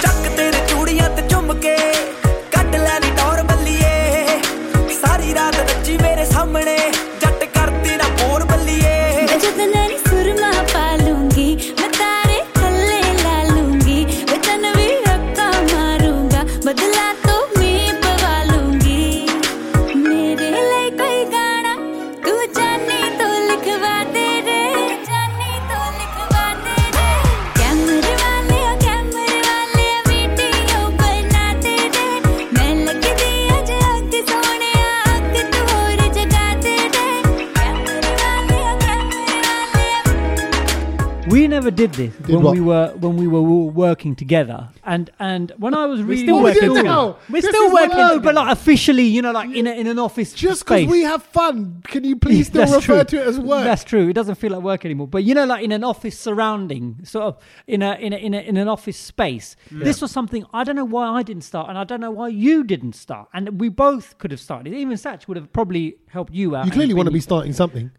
I: ਚੱਕ ਤੇਰੇ ਚੂੜੀਆਂ ਤੇ ਝੁੰਮ ਕੇ ਕੱਢ ਲੈਣੀ ਟੌਰ ਬੱਲੀਏ ਸਾਰੀ ਰਾਤ ਨੱਚੀ ਮੇਰੇ ਸਾਹਮਣੇ ਜੱਟ ਕਰਦੀ ਨਾ ਬੋਰ ਬੱਲੀਏ
H: मैं जद नैनी सुरमा पालूंगी मैं तारे थल्ले ला लूंगी मैं तन्वी रक्का मारूंगा बदला तो मैं पवा लूंगी मेरे लिए कोई गाना तू जाने तो लिखवा दे रे जाने तो लिखवा दे रे कैमरे वाले ओ कैमरे वाले वीडियो बना दे रे मैं लग दी अज अग सोने अग तू और जगा दे रे कैमरे वाले ओ कैमरे वाले
F: We never did this when
C: what?
F: we were when we were all working together, and and when I was really
E: still
C: What we
E: working
C: do now?
E: together.
F: We're
C: This
F: still
C: is what-
F: working, no, but like officially, you know, like in a, in an office
C: Just
F: space.
C: because we have fun, can you
F: *laughs*
C: please still
F: That's
C: refer
F: true.
C: to it as work?
F: That's true. It doesn't feel like work anymore. But you know, like in an office surrounding, sort of in a in a in, a, in an office space. This was something I don't know why I didn't start, and I don't know why you didn't start, and we both could have started. Even Satch would have probably helped you out.
C: you
F: and
C: clearly want to
F: been-
C: be starting something.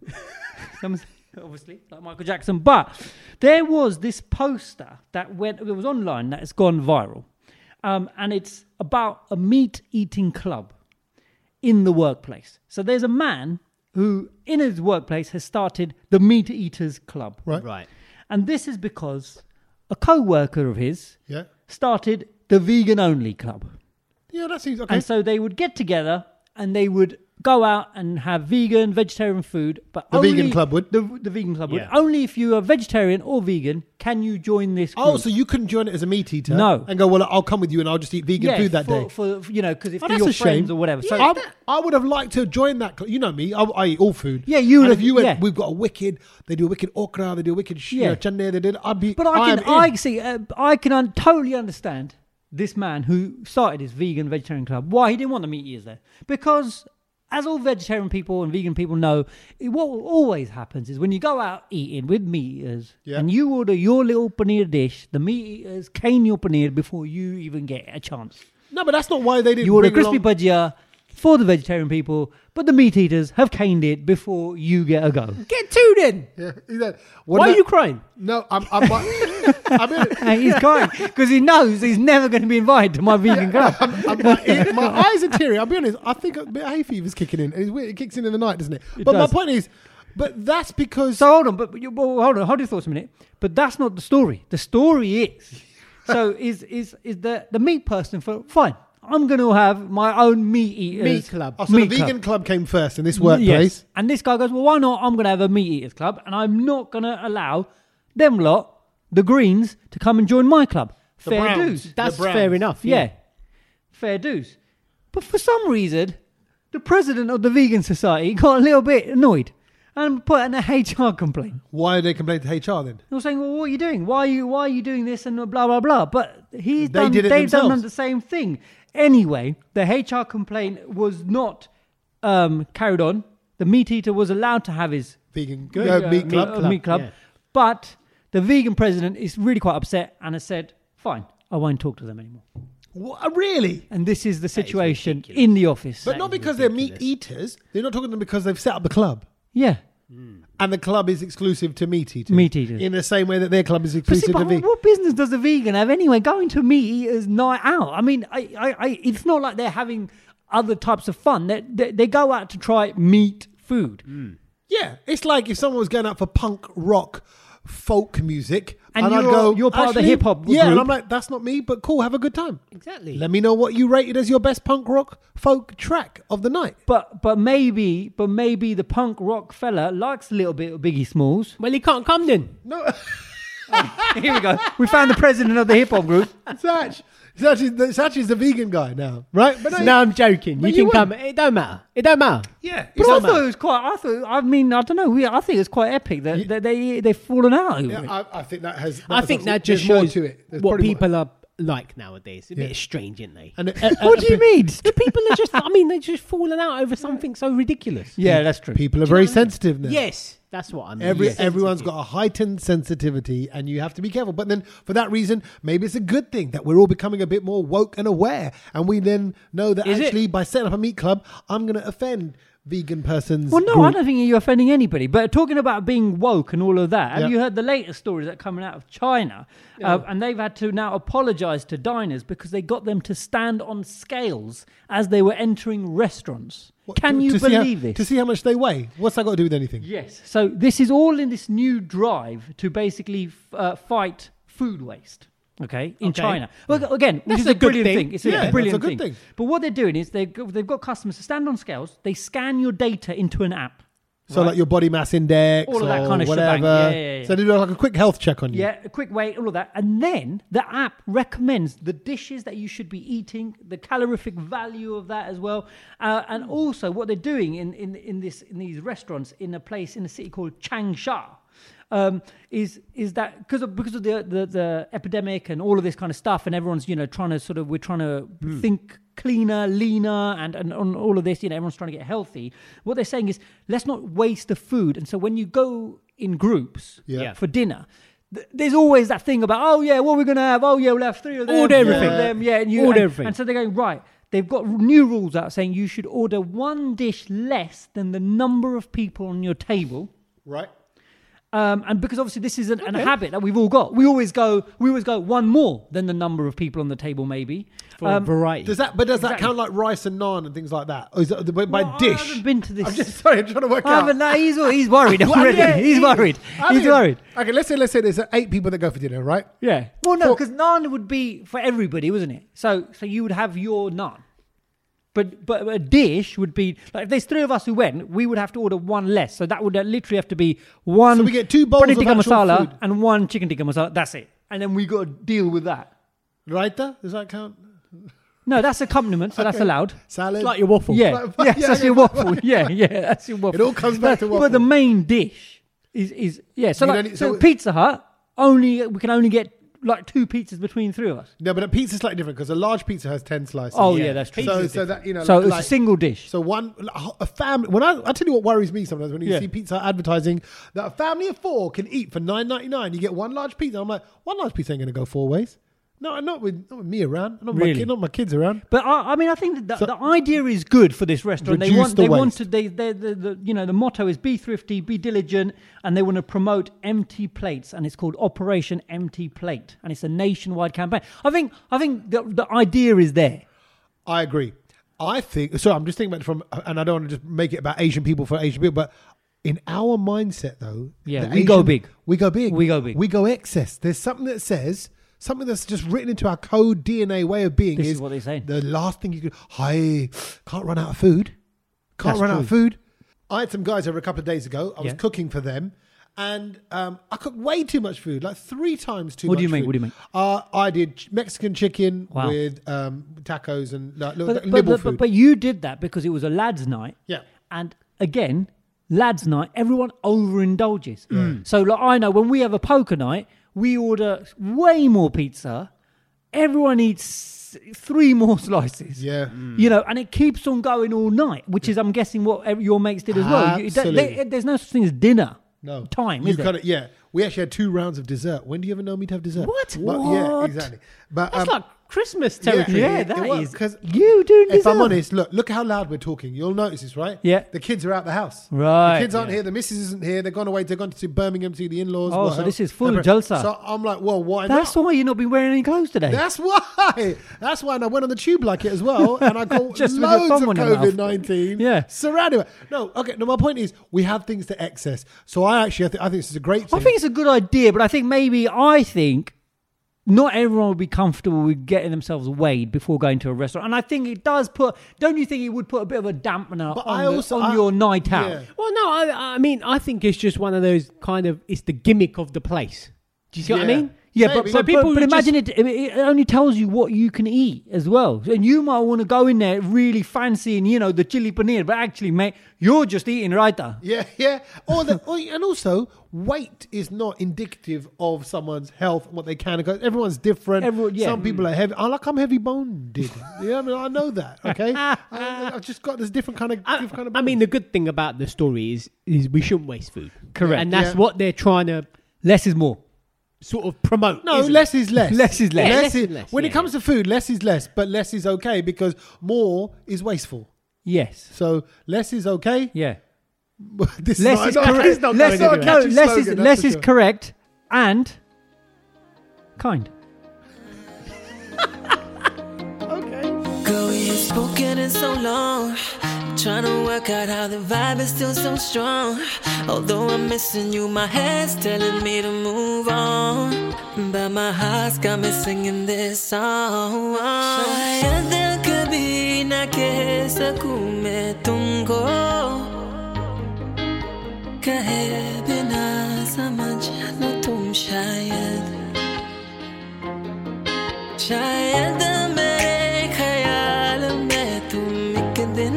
F: Some- *laughs* obviously, like Michael Jackson. But there was this poster that went, it was online that has gone viral. Um, and it's about a meat eating club in the workplace. So there's a man who, in his workplace, has started the Meat Eaters Club.
C: Right.
E: Right.
F: And this is because a co worker of his
C: Yeah.
F: started the Vegan Only Club.
C: Yeah, that seems okay.
F: And so they would get together and they would go out and have vegan, vegetarian food. But
C: The
F: only,
C: vegan club would?
F: The, the vegan club
E: Yeah.
F: would. Only if you are vegetarian or vegan can you join this group.
C: Oh, so you couldn't join it as a meat eater?
F: No.
C: And go, well, I'll come with you and I'll just eat vegan
F: yeah,
C: food that
F: for,
C: day.
F: For, for, you know, because if
C: Oh,
F: they're
C: that's
F: your
C: a shame.
F: friends or whatever. so
C: I, I would have liked to have joined that. cl- You know me, I, I eat all food.
F: Yeah, you
C: And
F: would
C: if
F: have-
C: you went,
F: yeah.
C: we've got a wicked. They do a wicked okra. They do a wicked. Sh-
F: Yeah.
C: yeah, chenne. They did. I'd be.
F: But I
C: am
F: can, I
C: in.
F: see, uh, I can un- totally understand this man who started his vegan vegetarian club. Why he didn't want the meat eaters there? Because, as all vegetarian people and vegan people know, it, what always happens is when you go out eating with meat eaters
C: Yeah.
F: and you order your little paneer dish, the meat eaters cane your paneer before you even get a chance.
C: No, but that's not why they didn't.
F: You order a
C: bring
F: crispy
C: along-
F: budgia for the vegetarian people, but the meat eaters have caned it before you get
C: *laughs*
F: a go.
E: Get tuned in.
C: *laughs* Yeah, he said,
E: Why
C: "Well,
E: are you crying?
C: No, I'm. I'm, I'm *laughs* in it.
F: And he's crying because he knows he's never going to be invited to my vegan club. *laughs*
C: I'm- my, ear- my eyes are teary. I'll be honest. I think a bit of hay fever's kicking in. It's weird. It kicks in in the night, doesn't it? but
F: does.
C: my point is, but that's because
F: So hold on, but, but you, well, hold on, hold your thoughts a minute. But that's not the story. The
C: *laughs*
F: story is, so is is is the the meat person for fine. I'm going to have my own meat eaters
E: Meat club.
C: oh, so
F: meat
C: the vegan
F: club.
C: club. came first in this workplace.
F: Yes. And this guy goes, well, why not? I'm going to have a meat eaters club, and I'm not going to allow them lot, the Greens, to come and join my club. Fair
C: Browns.
F: dues.
E: That's
C: The Browns.
E: fair enough.
F: yeah. fair dues. But for some reason, the president of the Vegan Society got a little bit annoyed and put in a *laughs* HR complaint.
C: Why did they complain to HR then?
F: They were saying, "Well, what are you doing? Why are you why are you doing this?" and blah blah blah. But he's
C: They
F: done,
C: did it
F: they've done
C: themselves.
F: the same thing anyway. The HR complaint was not um, carried on. The meat eater was allowed to have his
C: Vegan
F: Good,
C: uh,
F: uh,
C: meat club.
F: uh, meat club.
E: yeah.
F: But the vegan president is really quite upset and has said, "Fine, I won't talk to them anymore."
C: What, uh, really?
F: And this is the situation in the office.
C: But not because they're meat eaters. They're not talking to them because they've set up the club.
F: yeah,
C: And the club is exclusive to meat eaters.
F: Meat eaters.
C: In the same way that their club is
F: But see,
C: exclusive
F: but
C: to vegan.
F: What business does a vegan have anyway? Going to meat eaters night out. I mean, I, I, I it's not like they're having other types of fun. They, they, they go out to try meat food,
C: Mm. Yeah, it's like if someone was going out for punk rock folk music
F: And
C: and, I'd
F: you're-
C: go
F: you're part of the
C: "Actually,
F: hip-hop
C: yeah and
F: group."
C: I'm like that's not me but cool have a good time
E: Exactly.
C: let me know what you rated as your best punk rock folk track of the *laughs* night
F: but but maybe but maybe the punk rock fella likes a little bit of Biggie Smalls. *laughs*
E: Well, he can't come then.
C: no
F: Here we go. We found the president of the hip hop group.
C: Satch Satch is, the, Satch is the vegan guy now right but
E: No, I'm joking.
C: But
E: You
C: you
E: can come.
C: would.
E: It don't matter. It don't matter.
C: yeah
F: But I
C: it's-
F: thought it was quite. I thought. I mean, I don't know. We, I think it's quite epic that, that they they've fallen out. over
C: yeah,
F: it.
C: I, I think that has
E: I think that
C: there's
E: just
C: more
E: shows
C: to it There's
E: what
C: probably more.
E: people are like nowadays. A
C: Yeah.
E: bit strange, isn't they?
C: and, uh,
E: *laughs*
C: and-
F: what do you
C: and-
F: mean?
E: the people are just. I mean, they're just falling out over something so ridiculous.
F: yeah, that's true.
C: people are very sensitive now
E: Yes, that's what I mean.
C: Every,
E: Yes.
C: Everyone's got a heightened sensitivity, and you have to be careful. But then, for that reason, maybe it's a good thing that we're all becoming a bit more woke and aware, and we then know that
E: Is it?
C: actually, by setting up a meat club, I'm going to offend vegan person's.
F: Well, no, I
C: group.
F: don't think you're offending anybody. But talking about being woke and all of that, have
C: Yeah.
F: you heard the latest stories that are coming out of China? Uh, and they've had to now apologise to diners because they got them to stand on scales as they were entering restaurants.
C: What,
F: Can
C: to-
F: you
C: to see how-
F: believe this?
C: To see how much they weigh. What's that got to do with anything?
F: Yes. So this is all in this new drive to basically f- uh, fight food waste. Okay, in
E: Okay.
F: China. Well, again, which
E: That's
F: is a,
E: a good
F: brilliant thing.
E: thing.
F: It's
C: Yeah,
F: a
C: that's
F: brilliant
C: a good thing.
F: But what they're doing is they've got, they've got customers to stand on scales. They scan your data into an app.
C: So like your body mass index,
F: All of that
C: or
F: kind of
C: whatever.
F: shebang. Yeah, yeah, yeah.
C: So they do like a quick health check on you.
F: Yeah, a quick weight, all of that. And then the app recommends the dishes that you should be eating, the calorific value of that as well. Uh, and also what they're doing in, in, in this in these restaurants in a place in a city called Changsha. Um, is is that because of because of the, the the epidemic and all of this kind of stuff and everyone's you know trying to sort of we're trying to
C: Hmm.
F: think cleaner leaner and and on all of this you know everyone's trying to get healthy what they're saying is let's not waste the food and so when you go in groups
C: Yeah. Yeah.
F: for dinner th- there's always that thing about oh yeah what we're gonna have oh yeah we'll have three of them
E: Order
F: four of
E: everything.
F: them, yeah and you
E: Order
F: and-
E: everything.
F: and so they're going right they've got new rules out saying you should order one dish less than the number of people on your table
C: Right.
F: um, and because obviously this is an, an habit that we've all got we always go we always go one more than the number of people on the table maybe
E: for variety.
C: Does that? But does that count like rice and naan and things like that? Or is that by, by
F: Well,
C: dish?
F: I haven't been to this
C: I'm just *laughs* sorry. I'm trying to work
F: I
C: out.
F: haven't- no, he's, he's worried
C: *laughs* Well,
F: *laughs* already.
C: yeah,
F: he's
C: he-
F: worried.
C: I
F: he's
C: mean,
F: worried.
C: Okay, let's say let's say there's eight people that go for dinner, right?
F: Yeah. Well, no,
C: For-
F: because naan would be for everybody, wasn't it? So, so you would have your naan. But but a dish would be like if there's three of us who went, we would have to order one less. So that would uh, literally have to be one.
C: So we get two bowls
F: paneer
C: of
F: tikka
C: actual
F: masala
C: food.
F: and one chicken tikka masala. That's it. And then we got to deal with that.
C: Raita? Does that count?
F: No, that's accompaniment, so that's allowed.
C: Salad.
E: It's like your waffle.
F: Yeah,
C: Like, *laughs*
F: yes,
C: yeah,
F: that's
C: yeah,
F: your
C: but-
F: waffle. *laughs* Yeah, yeah, that's your waffle.
C: all comes back to
F: But
C: waffle.
F: the main dish is is yeah. So
C: You
F: like,
C: don't need-
F: so,
C: so-
F: Pizza Hut only we can only get like two pizzas between three of us.
C: No, but a pizza's slightly different because a large pizza has ten slices.
F: Oh, yeah, that's true.
C: So,
F: Pizza's
C: so that you know,
F: So
C: like-
F: it's a single dish.
C: So one a family. When I, I tell you what worries me sometimes when you
F: Yeah.
C: see pizza advertising that a family of four can eat for nine ninety nine. You get one large pizza. I'm like, one large pizza ain't gonna go four ways. No, not with not with me around. Not with
F: Really?
C: my kid, not my kids around.
F: But I, I mean, I think that the,
C: So-
F: the idea is good for this restaurant. They
C: Reduce
F: want,
C: the
F: they want
C: waste.
F: to, they, they, the, the, you know, the motto is be thrifty, be diligent, and they want to promote empty plates, and it's called Operation Empty Plate, and it's a nationwide campaign. I think, I think the, the idea is there.
C: I agree. I think so. I'm just thinking about it from, and I don't want to just make it about Asian people for Asian people, but in our mindset though,
F: Yeah,
C: the
F: we go big.
C: We go big.
F: We go big.
C: We go excess. There's something that says something that's just written into our code DNA way of being.
F: This is what they say.
C: The last thing you could, I can't run out of food. Can't
F: That's
C: run out of
F: true.
C: food. I had some guys over a couple of days ago. I was
F: Yeah.
C: cooking for them. And um, I cooked way too much food, like three times too much.
F: What do you make?
C: food.
F: What do you make?
C: Uh, I did ch- Mexican chicken
F: Wow.
C: with um, tacos and like, little
F: But, but,
C: nibble
F: but,
C: food.
F: but, but you did that because it was a lads' night.
C: Yeah.
F: And again, lads' night, everyone overindulges. Mm. So like I know when we have a poker night, we order way more pizza. Everyone eats three more *laughs* slices. Mm.
C: Yeah.
F: You know, and it keeps on going all night, which is, I'm guessing, what ev- your mates did as well. You- there-
C: Absolutely.
F: there's no such thing as dinner
C: No
F: time,
C: You
F: is there?
C: cut it. Yeah, we actually had two rounds of dessert. When do you ever know me to have dessert?
F: What?
C: But- Yeah,
F: What?
C: exactly. But
E: That's
C: um,
E: like Christmas
C: yeah,
E: territory.
F: Yeah,
C: it-
F: that
C: it was,
F: is-
C: 'cause
F: you doing
C: If I'm
F: dessert.
C: honest, look, look how loud we're talking. You'll notice this, right?
F: Yeah.
C: The kids are out the house.
F: Right,
C: The kids aren't
F: yeah.
C: here. The missus isn't here. They've gone away. They've gone to Birmingham to see the in-laws.
F: Oh,
C: what
F: so
C: else?
F: this is full
C: No,
F: jalsa.
C: So I'm like, well, why?
F: That's
C: not?
F: why you've not been wearing any clothes
C: *laughs*
F: today.
C: That's why. That's why. And I went on the tube like it as well, and I caught
F: *laughs* Just with your
C: loads of
F: thumb on your mouth.
C: COVID nineteen.
F: Yeah.
C: surrounded. by- No, okay. No, my point is, we have things to excess. So I actually, I, think I think this is a great thing.
F: I think it's a good idea, but I think maybe I think not everyone would be comfortable with getting themselves weighed before going to a restaurant. And I think it does put. Don't you think it would put a bit of a dampener
C: But
F: on,
C: I
F: the-
C: also-
F: on
C: I-
F: your night out?
C: yeah.
E: Well, no, I, I mean, I think it's just one of those kind of. It's the gimmick of the place. Do you see what
C: Yeah.
E: I mean?
C: Yeah,
E: but,
C: Maybe.
E: so
F: But,
E: people
F: but,
E: who
F: imagine it, it. It only tells you what you can eat as well, and you might want to go in there really fancying, you know, the chili paneer. But actually, mate, you're just eating raita.
C: Yeah, *laughs* yeah. Or the, or, and also, weight is not indicative of someone's health and what they can. and can't- Everyone's different.
F: Everyone- yeah. Mm.
C: Some people are heavy. I like I'm heavy boned. yeah, I mean I know that.
F: *laughs*
C: Okay, I, I've just got this different kind of.
E: I,
C: different kind of
E: I mean,
C: bone.
E: the good thing about the story is is we shouldn't waste food.
F: Correct.
E: And that's
C: Yeah.
E: what they're trying to
F: Less is more.
E: sort of promote.
C: no,
E: isn't it?
C: less is less.
F: Less is less.
E: Yeah, less is less,
C: When it
E: yeah.
C: comes to food, less is less, but less is okay because more is wasteful.
F: Yes.
C: So less is okay. *laughs*
F: Yeah.
C: this
F: Less
C: not-
F: is
C: not-
F: correct.
C: it's not
F: Less,
C: going
F: no,
C: anywhere. Catchy
F: less is
C: slogan, that's
F: less
C: for
F: is
C: sure.
F: correct and kind.
G: Girl, we ain't spoken in so long. I'm trying to work out how the vibe is still so strong. Although I'm missing you, my head's telling me to move on. But my heart's got me singing this song. शायद कभी ना कह सकूं मैं तुमको कहे बिना समझ लो तुम शायद शायद मेरे ख्याल में तुम एक दिन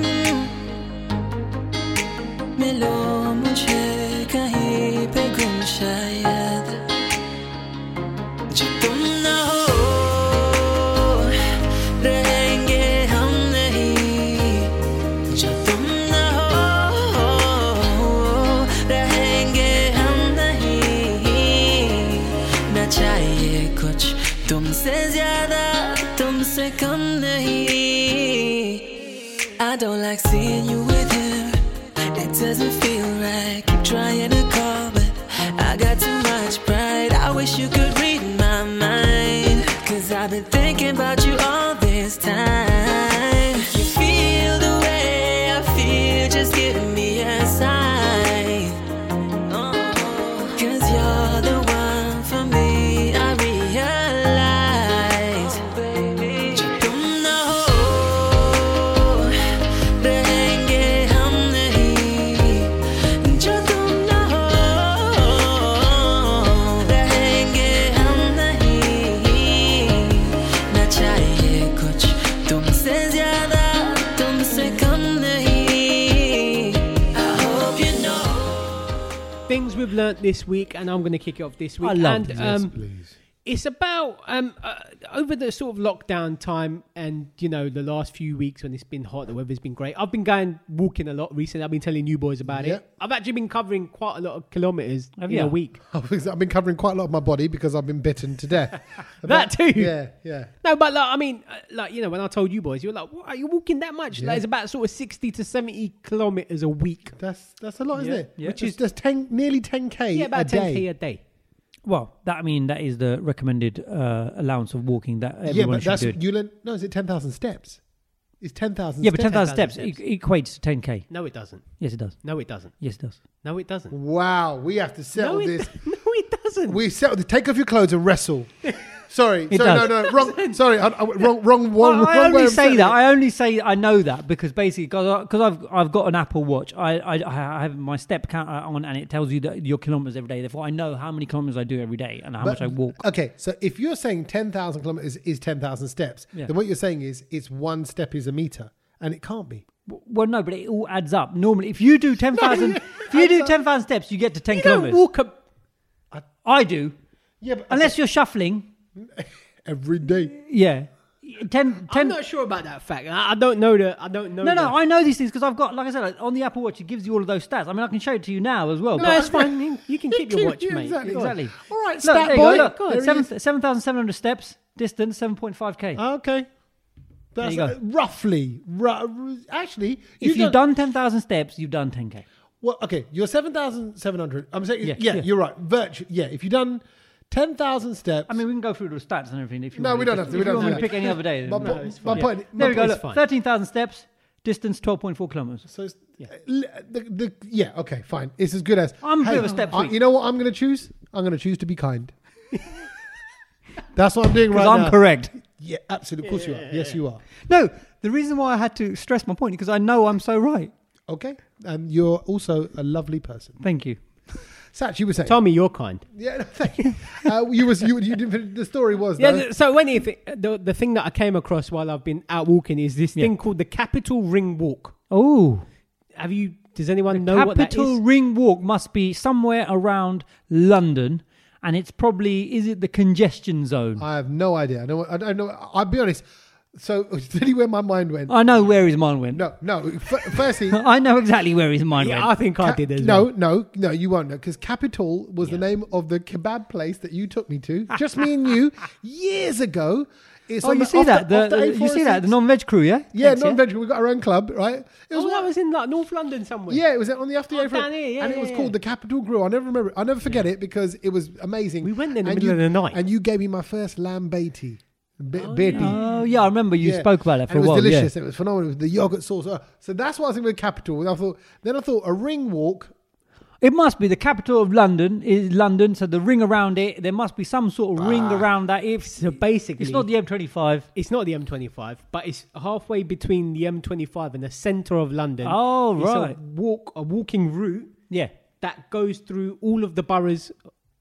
G: मिलो मुझे कहीं पे गुम शायद जो तुम ना हो रहेंगे हम नहीं जो तुम ना हो रहेंगे हम नहीं ना चाहिए कुछ तुमसे ज्यादा तुमसे कम नहीं I don't like seeing you with him. It doesn't feel right. Keep trying to call, but I got too much pride. I wish you could read my mind. Cause I've been thinking about you all this time. If you feel the way I feel, just give me a sign. Cause you're the one for me, I realize. जो तुम ना हो, रहेंगे हम नहीं। जो तुम ना हो, रहेंगे हम नहीं। ना चाहिए कुछ तुमसे ज्यादा तुमसे कम नहीं I hope you know
E: Things we've learnt this week, and I'm going to kick it off this week.
F: I love
E: and,
F: this.
E: um, It's about um, uh, over the sort of lockdown time, and you know the last few weeks when it's been hot, the weather's been great. I've been going walking a lot recently. I've been telling you boys about
C: Yeah.
E: it. I've actually been covering quite a lot of kilometers
F: Have
E: in
F: ya?
E: a week.
C: I've been covering quite a lot of my body because I've been bitten to
F: *laughs*
C: death.
E: That too.
C: Yeah, yeah.
E: No, but like I mean, uh, like you know, when I told you boys, you were like, "What are you walking that much?"
C: Yeah.
E: Like it's about sort of sixty to seventy kilometers a week.
C: That's that's a lot, isn't
F: Yeah,
C: it?
F: yeah.
C: Which is that's ten, nearly ten k.
E: Yeah, about
C: a
E: ten
C: day.
E: k a day.
F: Well, that I mean that is the recommended uh, allowance of walking that everyone
C: Yeah, but
F: should
C: that's
F: do.
C: you learn. No, is it ten thousand steps? It's ten thousand.
F: yeah, but ten thousand
E: 10,000
F: steps e- equates to ten k.
E: No, it doesn't.
F: Yes, it does.
E: No, it doesn't.
F: Yes, it does.
E: No, it doesn't.
C: Wow, we have to settle
E: No, it,
C: this.
E: no, it doesn't.
C: We settle this. Take off your clothes and
F: *laughs*
C: wrestle. Sorry, sorry, no,
F: does.
C: no, wrong. Sorry, I, I, wrong, wrong,
F: Well,
C: wrong.
F: I
C: wrong way
F: only
C: of
F: say
C: settling
F: that.
C: it.
F: I only say I know that because basically, because I've I've got an Apple Watch. I, I I have my step counter on, and it tells you that your kilometers every day. Therefore, I know how many kilometers I do every day and how
C: But-
F: much I walk.
C: Okay, so if you're saying 10,000 kilometers is 10,000 steps,
F: Yeah.
C: then what you're saying is it's one step is a meter, and it can't be.
F: Well, no, but it all adds up. Normally, if you
C: *laughs*
F: do ten thousand, if you do ten thousand steps, you get to ten
E: you don't
F: kilometers.
E: walk a
F: I do,
C: Yeah, but
F: unless you're shuffling.
C: every day.
F: Yeah, ten
E: I'm
F: ten.
E: not sure about that fact. I, I don't know the. I don't know.
C: Oh,
F: no,
E: the,
F: no, I know these things because I've got, like I said, like, on the Apple Watch, it gives you all of those stats. I mean, I can show it to you now as well.
E: No,
F: but-
E: it's *laughs* fine. You- You can keep your watch,
C: Yeah,
E: mate.
C: exactly.
F: Exactly.
C: All right,
F: Look,
C: stat
F: there you
C: boy.
F: go, look,
C: There he
F: seven-
C: is. Uh,
F: 7,700 steps, distance 7.5k.
C: Okay. That's
F: you go.
C: uh, roughly. Ru- actually,
F: if you've
C: don't-
F: done 10,000 steps, you've done 10k.
C: Well, okay, you're 7,700. I'm saying, yeah,
F: Yeah, yeah.
C: you're right. Virtue. Yeah, if you've done 10,000 steps.
F: I mean, we can go through the stats and everything if you
C: No,
F: want.
C: we
F: to
C: don't
F: just-
C: have to, we
F: If
C: don't
F: you want
C: have
F: me
C: to.
F: pick any other day. then-
C: My po-
F: it's
C: my
F: fine.
C: point-
F: There
C: my
F: we go.
C: point is
F: Look,
C: fine.
F: 13,000 steps, distance 12.4 kilometers.
C: so it's, l- the, the, yeah, okay, fine. It's as good as.
F: I'm a bit of a step
C: I-
F: freak.
C: You know what I'm going to choose? I'm going to choose to be kind. *laughs* That's what I'm doing right
F: Because I'm
C: now.
F: correct.
C: Yeah, absolutely. Of course you are. yes, you are.
F: No, the reason why I had to stress my point because I know I'm so right.
C: Okay, and you're also a lovely person.
F: Thank you.
C: Satch, you were saying.
E: Tommy, you're kind.
C: Yeah, no, thank you. Uh, you was you, you didn't finish, the story was
E: Yeah.
C: though.
E: th- So anything, the the thing that I came across while I've been out walking is this thing called the Capital Ring Walk.
F: Oh,
E: Have you? Does anyone know what that
F: Capital
E: is?
F: Ring Walk must be somewhere around London, and it's probably, is it the congestion zone?
C: I have no idea. I know. I don't know. I'll be honest. So, *laughs* really, where my mind went.
F: I know where his mind went.
C: no, no. F- firstly,
F: *laughs* I know exactly where his mind
E: Yeah, I
F: went.
E: think I did as
C: no,
E: well.
C: no, no, you won't know because Capital was the name of the kebab place that you took me to, just me and you, years ago. It's
F: Oh,
C: on
F: you
C: the-
F: see
C: off
F: that?
C: the- off
F: The-
C: the
F: you see that? The
C: 846.
F: non-veg crew, yeah.
C: Yeah,
F: Thanks,
C: non veg. We got our own club, right? It
E: Oh,
C: was one-
E: that was in like North London somewhere.
C: Yeah, it was on the after
E: Oh,
C: the April,
E: down here, yeah,
C: and it
E: yeah,
C: was
E: yeah.
C: called the Capital Grill. I never remember. I never forget it because it was amazing.
E: We went there in the
C: And
E: middle
C: you-
E: of the night.
C: and you gave me my first lamb baiti, Be- baiti.
F: Oh yeah, I remember you
C: Yeah.
F: spoke about that for
C: and
F: a
C: it was
F: while.
C: delicious.
F: Yeah.
C: It was phenomenal. It was the yogurt sauce. Uh, So that's what I was thinking with Capital. And I thought, then I thought a ring walk.
F: It must be the capital of London is London, so the ring around it. There must be some sort of ring around that. If
E: So basically,
F: it's not the M25.
E: It's not the M25, but it's halfway between the M25 and the centre of London.
F: Oh,
E: It's a
F: right.
E: walk a walking route
F: Yeah.
E: that goes through all of the boroughs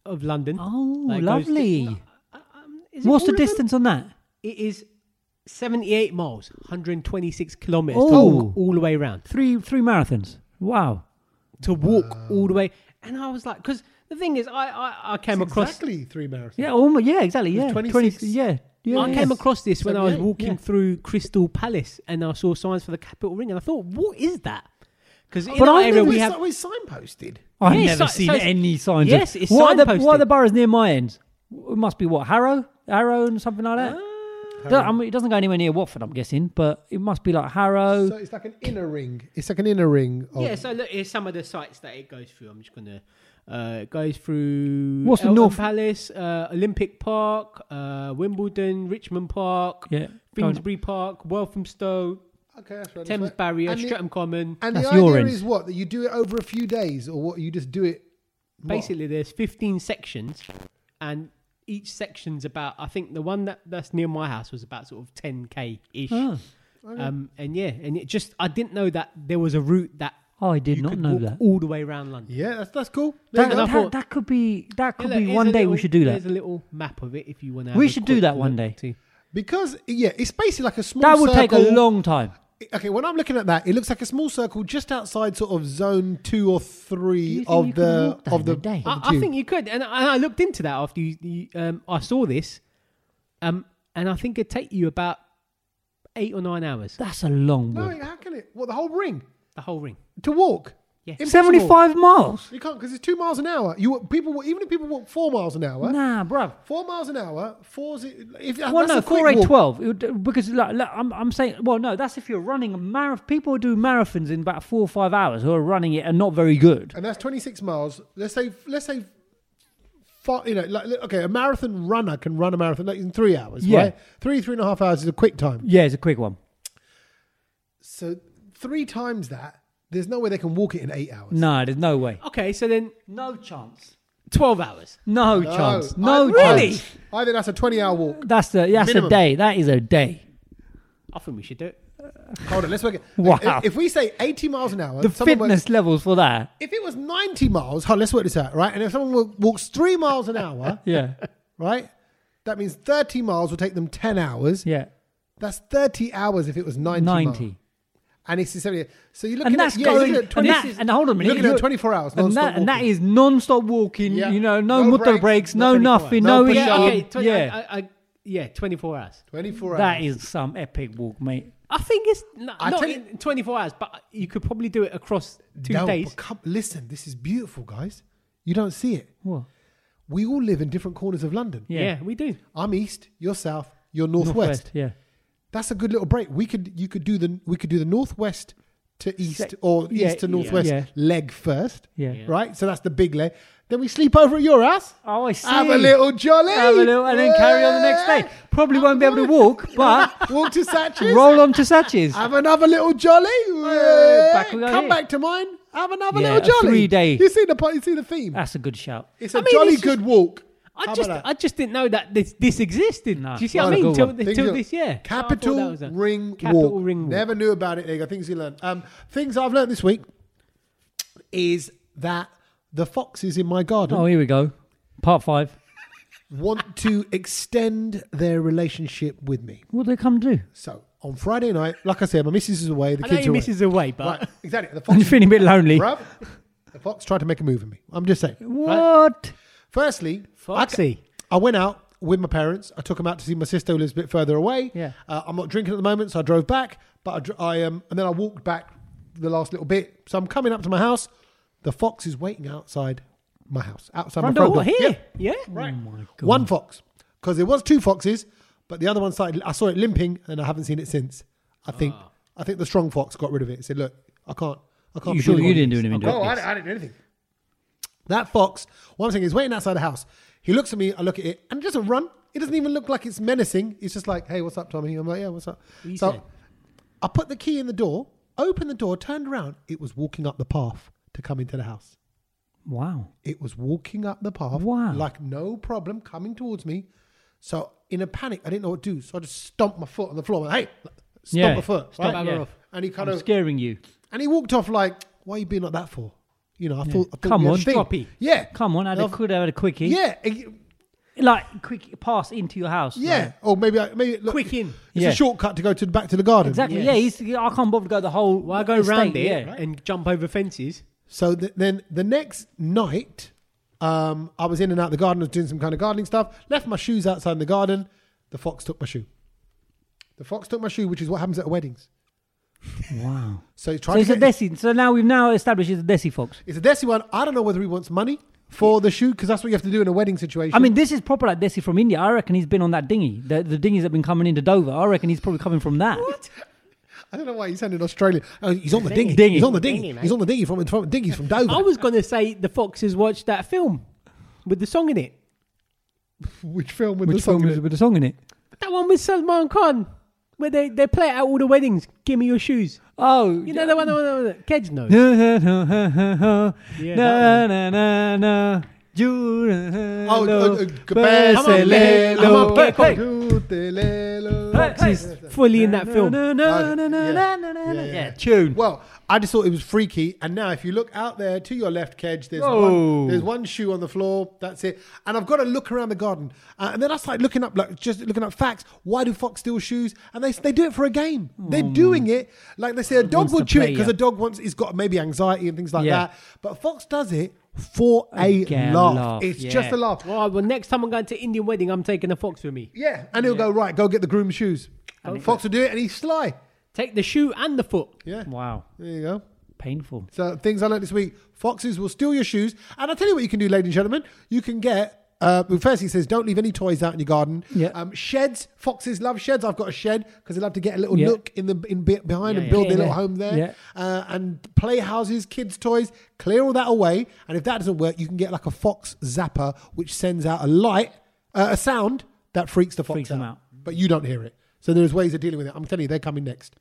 E: of London.
F: Oh,
E: That goes to-
F: lovely.
E: Is it
F: What's the
E: all of them?
F: distance on that?
E: It is 78 miles, 126 kilometers to
F: Oh.
E: walk all the way around.
F: Three three marathons. Wow.
E: To walk all the way, and I was like, because the thing is, I I, I came
C: It's
E: across
C: exactly three marathons.
F: Yeah. Almost. Yeah. Exactly. Yeah.
C: 26.
F: 20, yeah. Yeah.
E: I
F: yeah.
E: came across this when I was
C: 78,
E: walking
C: yeah.
E: through Crystal Palace and I saw signs for the Capital Ring and I thought, what is that? Because in
F: But
E: our
F: I
E: area
F: never
E: we
C: we
E: have
C: have always signposted.
F: I've
E: Yeah,
F: never
E: si-
F: seen
E: so it's-
F: any signs.
E: yes,
F: of,
E: it's
F: what are, the,
E: signposted.
F: what are the boroughs near my end? It must be what Harrow, Harrow, and something like
E: Ah.
F: that. Don't- I mean, it doesn't go anywhere near Watford, I'm guessing, but it must be like Harrow.
C: So it's like an inner ring. It's like an inner ring.
F: Oh.
C: Of,
E: yeah. So look, here's some of the sites that it goes through. I'm just gonna. Uh, it goes through
F: What's the
E: Eltham
F: north-
E: Palace, uh, Olympic Park, uh, Wimbledon, Richmond Park,
F: Yeah, go on.
E: Finsbury Park, Walthamstow,
C: Okay, that's right. that's
E: Thames
C: right.
E: Barrier,
C: And the-
E: Streatham Common.
C: And the
F: That's
C: idea
F: your end.
C: is what that you do it over a few days, or what you just do it. what?
E: Basically, there's 15 sections, and each section's about. I think the one that that's near my house was about sort of 10k ish. Um, and yeah, and it just I didn't know that there was a route that
F: Oh, I did
E: you
F: not
E: could
F: know
E: walk
F: that.
E: all the way around London.
C: Yeah, that's that's cool. There
F: That,
C: you go.
E: I thought-
F: that, that could be. That could
E: Yeah, look,
F: be
E: here's
F: one
E: a
F: day
E: little-
F: we should do
E: There's a
F: that.
E: little map of it if you want to.
F: We should do that one day.
C: because yeah, it's basically like a small.
F: That would take a
C: circle.
F: long time.
C: Okay, when I'm looking at that, it looks like a small circle just outside sort of zone two or
F: Do you
C: three
F: think you
C: of
F: could
C: the
F: walk that
C: of
F: in
C: the.
F: a day?
C: of
E: I,
C: the
E: I
C: tube.
E: think you could, and I, I looked into that after you. you um, I saw this, um, and I think it'd take you about eight or nine hours.
F: That's a long
C: No,
F: walk.
C: how can it? What the whole ring
E: The whole ring.
C: to walk?
E: Yeah.
C: Impossible.
F: Seventy-five miles.
C: You can't because it's two miles an hour. You people even if people walk four miles an hour.
F: Nah, bruv.
C: Four miles an hour. Four's if
F: Well,
C: that's
F: no,
C: a quick
F: four eight
C: walk.
F: twelve. It would, because like, like, I'm, I'm saying, well, no, that's if you're running a marathon. People do marathons in about four or five hours who are running it and not very good.
C: and that's 26 miles. Let's say, let's say, fi- you know, like okay, a marathon runner can run a marathon like in three hours,
F: Yeah.
C: right? Three, three and a half hours is a quick time.
F: Yeah, it's a quick one.
C: So three times that, there's no way they can walk it in eight hours.
F: No, there's no way.
E: Okay, so then
F: No chance.
E: twelve hours.
F: No,
C: No.
F: chance.
C: Oh, I-
F: No
C: I-
F: chance.
C: I think that's a 20 hour walk.
F: That's the that's
C: Minimum. Uh,
F: a day. That is a day.
E: I think we should do it.
C: Hold on, let's work it.
F: Wow.
C: If, if we say 80 miles an hour,
F: The
C: someone works-
F: fitness levels for that.
C: *laughs* if it was 90 miles, hold on, let's work this out, right? And if someone wa- walks three miles an hour, *laughs*
F: Yeah.
C: right? That means 30 miles will take them 10 hours.
F: Yeah.
C: That's 30 hours if it was 90. mile.
F: 90.
C: And it's necessarily so you're looking
F: And that's
C: at, yeah, you're
F: going.
C: looking at
F: and,
C: 20,
F: that, and hold on a minute.
C: you're looking at
F: look-
C: 24 hours.
F: And
C: non-stop
F: that, and that
C: walking.
F: is non stop walking,
C: Yeah.
F: you know, no,
C: No
F: mutter
C: breaks,
F: breaks, no
C: no 24
F: nothing,
C: hours.
F: no,
C: No
F: eating.
C: push-up.
E: Yeah,
C: Um,
E: okay, twen-
F: yeah.
E: I, I, yeah, twenty-four hours.
C: 24
F: that
C: hours.
F: is some epic walk, mate.
E: I think it's n-
C: I
E: not
C: tell
E: in twenty-four hours, but you could probably do it across two
C: No,
E: days.
C: but come- listen, this is beautiful, guys. You don't see it.
F: What?
C: We all live in different corners of London.
E: Yeah. we do.
C: I'm east, you're south, you're northwest.
F: yeah.
C: That's a good little break. We could you could do the we could do the northwest to east
F: Sec-
C: or
F: yeah,
C: east to
F: yeah,
C: northwest
F: yeah.
C: leg first.
F: Yeah. Yeah.
C: Right? So that's the big leg. Then we sleep over at your house.
F: Oh, I see.
C: Have a little jolly.
F: Have a little, and then carry on the next day. Probably won't be able to
C: *laughs*
F: walk, but
C: Walk to Satchel's.
F: roll on to Satches.
C: Have another little jolly.
F: Hey, back we go
C: Come
F: here.
C: back to mine. Have another
F: Yeah,
C: little
F: a
C: jolly.
F: three-day.
C: You see the po- you see the theme.
F: That's a good shout.
C: It's a
E: Ah. I mean,
C: jolly
E: it's just-
C: good walk. How
E: I
C: about
E: just,
C: that?
E: I just didn't know that this, this existed.
F: Nah.
E: Do you see what
F: Not
E: I
F: a
E: mean?
F: good
E: Till,
F: one.
E: th-
C: Things
E: till
C: are-
E: this year, I
C: Capital
E: thought that was a-
C: ring
E: Capital
C: walk.
E: ring walk.
C: Never knew about it. There you go. Things you learn. Um, things I've learned this week is that the foxes in my garden
F: Oh, here we go. Part five.
C: want to extend their relationship with me.
F: What do they come do?
C: So on Friday night, like I said, my missus is away. The
E: I know
C: kids
E: your
C: are
E: missus is
C: away.
E: away, but *laughs*
C: Right, exactly. The
F: *laughs* I'm
C: fox,
F: feeling a bit *laughs* lonely.
C: bruv, the fox tried to make a move on me. I'm just saying.
F: What?
C: Firstly, I-
E: Foxy.
C: I, went out. with my parents. I took them out to see my sister who lives a bit further away.
F: Yeah.
C: Uh, I'm not drinking at the moment, so I drove back. But I, dr- I um, and then I walked back the last little bit. So I'm coming up to my house. The fox is waiting outside my house, outside
F: Front
C: my
F: door,
C: front door.
F: here?
C: Yeah.
E: Yeah.
C: Right. One fox, because there was two foxes, but the other one started. I saw it limping, and I haven't seen it since. I think
F: Ah.
C: I think the strong fox got rid of it. and said, "Look, I can't, I can't."
F: You
C: be
F: sure
C: dealing
F: you
C: with
F: didn't
C: this."
F: do anything to
C: Oh,
F: it?
C: I, I didn't do anything. That fox, one thing, is waiting outside the house. He looks at me. I look at it, and it doesn't run. It doesn't even look like it's menacing. It's just like, "Hey, what's up, Tommy?" I'm like, "Yeah, what's up?" so I put the key in the door, opened the door, turned around. It was walking up the path to come into the house.
F: Wow.
C: It was walking up the path,
F: Wow.
C: like no problem, coming towards me. So in a panic, I didn't know what to do. So I just stomped my foot on the floor. Like, hey, stomp
F: Yeah.
C: my foot,
F: Stomp
C: right?
F: her Yeah. off.
C: And he kind
F: I'm
C: of
F: scaring you.
C: and he walked off like, "Why are you being like that for?" You know, I thought, I thought
F: Come
C: you had
F: on,
C: a thing.
F: droppy.
C: yeah,
F: Come on, I
C: And I've-
F: could have had a quickie.
C: yeah, it-
F: Like, quick pass into your house.
C: yeah.
F: Like,
C: Or maybe, I, maybe look,
E: Quick in.
C: It's
F: Yeah.
C: a shortcut to go to back to the garden.
F: Exactly. Yeah, he's, I can't bother to go the whole.
E: Well, I go
F: estate,
E: round it
F: Yeah.
E: and jump over fences.
C: So th- then the next night, um, I was in and out the garden, I was doing some kind of gardening stuff, left my shoes outside in the garden. The fox took my shoe. The fox took my shoe, which is what happens at weddings.
F: Wow.
C: So he's
F: So
C: trying
F: it's
C: to
F: a
C: get,
F: desi. So now we've now established it's a desi fox.
C: It's a desi one. I don't know whether he wants money for the shoe because that's what you have to do in a wedding situation.
F: I mean, this is proper like desi from India. I reckon he's been on that dinghy. The, the dinghies have been coming into Dover. I reckon he's probably coming from that. What?
C: I don't know why he sounded Australian. Oh, he's on the dinghy.
F: Dinghy.
C: He's on the dinghy.
E: Dinghy, mate.
C: he's on the dinghy from, from dinghy's from Dover.
E: I was going to say the foxes watched that film with the song in it.
C: which film with the
F: Which
C: song?
F: film
C: in
F: is
C: it?
F: with a song in it?
E: That one with Salman Khan, where they, they play it at all the weddings. Give me your shoes.
F: Oh,
E: You know the one, the one, the one that kids know.
F: yeah, na,
E: that
F: na, na, na.
C: Oh,
F: Oh,
C: uh, uh, Cabecelelo.
E: Come on, get
F: Hey, hey.
C: Cutelelo.
E: He's fully in that film.
C: Yeah, yeah.
F: Yeah, tune.
C: Well, I just thought it was freaky. And now, if you look out there to your left, Kedge, there's
F: Whoa.
C: one, there's one shoe on the floor. That's it. And I've got to look around the garden. Uh, and then I started looking up, like just looking up facts. Why do fox steal shoes? And they they do it for a game. They're doing it like they say a dog
F: Hmm. Wants
C: will
F: to
C: chew it
F: play
C: because
F: ya.
C: a dog wants it's got maybe anxiety and things like
F: Yeah.
C: that. But fox does it for a
F: Again,
C: laugh.
F: laugh,
C: It's
F: yeah.
C: just a laugh.
E: Well, well, next time I'm going to Indian wedding, I'm taking a fox with me.
C: Yeah, and he'll go right. Go get the groom's shoes. Fox will do it, and he's sly.
E: Take the shoe and the foot.
C: Yeah,
F: Wow,
C: there you go.
F: painful.
C: So things I learned this week: foxes will steal your shoes. And I tell you what you can do, ladies and gentlemen. You can get. Uh, well, first, he says, don't leave any toys out in your garden.
F: Yeah.
C: Um, sheds. Foxes love sheds. I've got a shed because they love to get a little
F: Yeah.
C: nook in the in be- behind
E: Yeah,
C: and
E: yeah.
C: build
F: Yeah,
C: their little
F: yeah.
C: home there.
F: Yeah.
C: Uh, and playhouses, kids' toys. Clear all that away. And if that doesn't work, you can get like a fox zapper, which sends out a light, uh, a sound that freaks the fox
F: Freaks
C: out.
F: them out.
C: But you don't hear it. So there's ways of dealing with it. I'm telling you, they're coming next.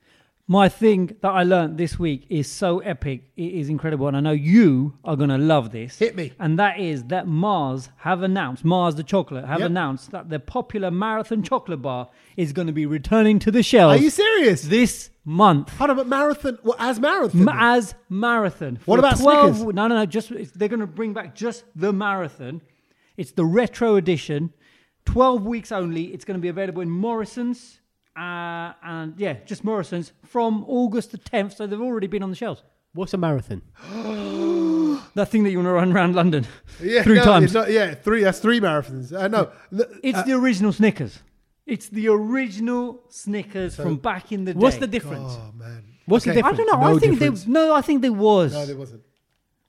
F: My thing that I learned this week is so epic. It is incredible. And I know you are going to love this.
C: Hit me.
F: And that is that Mars have announced, Mars the chocolate, have
C: Yep.
F: announced that the popular marathon chocolate bar is going to be returning to the shelves
C: Are you serious?
F: this month.
C: Hold on, but marathon. Well, as marathon.
F: M-
C: then?
F: as marathon. For
C: What about
F: 12
C: Snickers?
F: No, no, no. Just it's- they're going to bring back just the marathon. It's the retro edition. Twelve weeks only. It's going to be available in Morrison's. Uh, and yeah, just Morrison's from August the 10th. So they've already been on the shelves.
E: What's a marathon?
F: That thing that you want to run around London
C: Yeah,
F: three
C: no,
F: times.
C: it's not- yeah, three. That's three marathons. Uh, no, the-
F: It's
C: uh,
F: the original Snickers. It's the original Snickers from back in the day.
E: What's the difference?
C: oh man,
E: What's the
C: Okay.
F: I
E: difference?
F: don't know.
C: No
F: I think
C: difference.
F: there. No, I think there was.
C: no, there wasn't.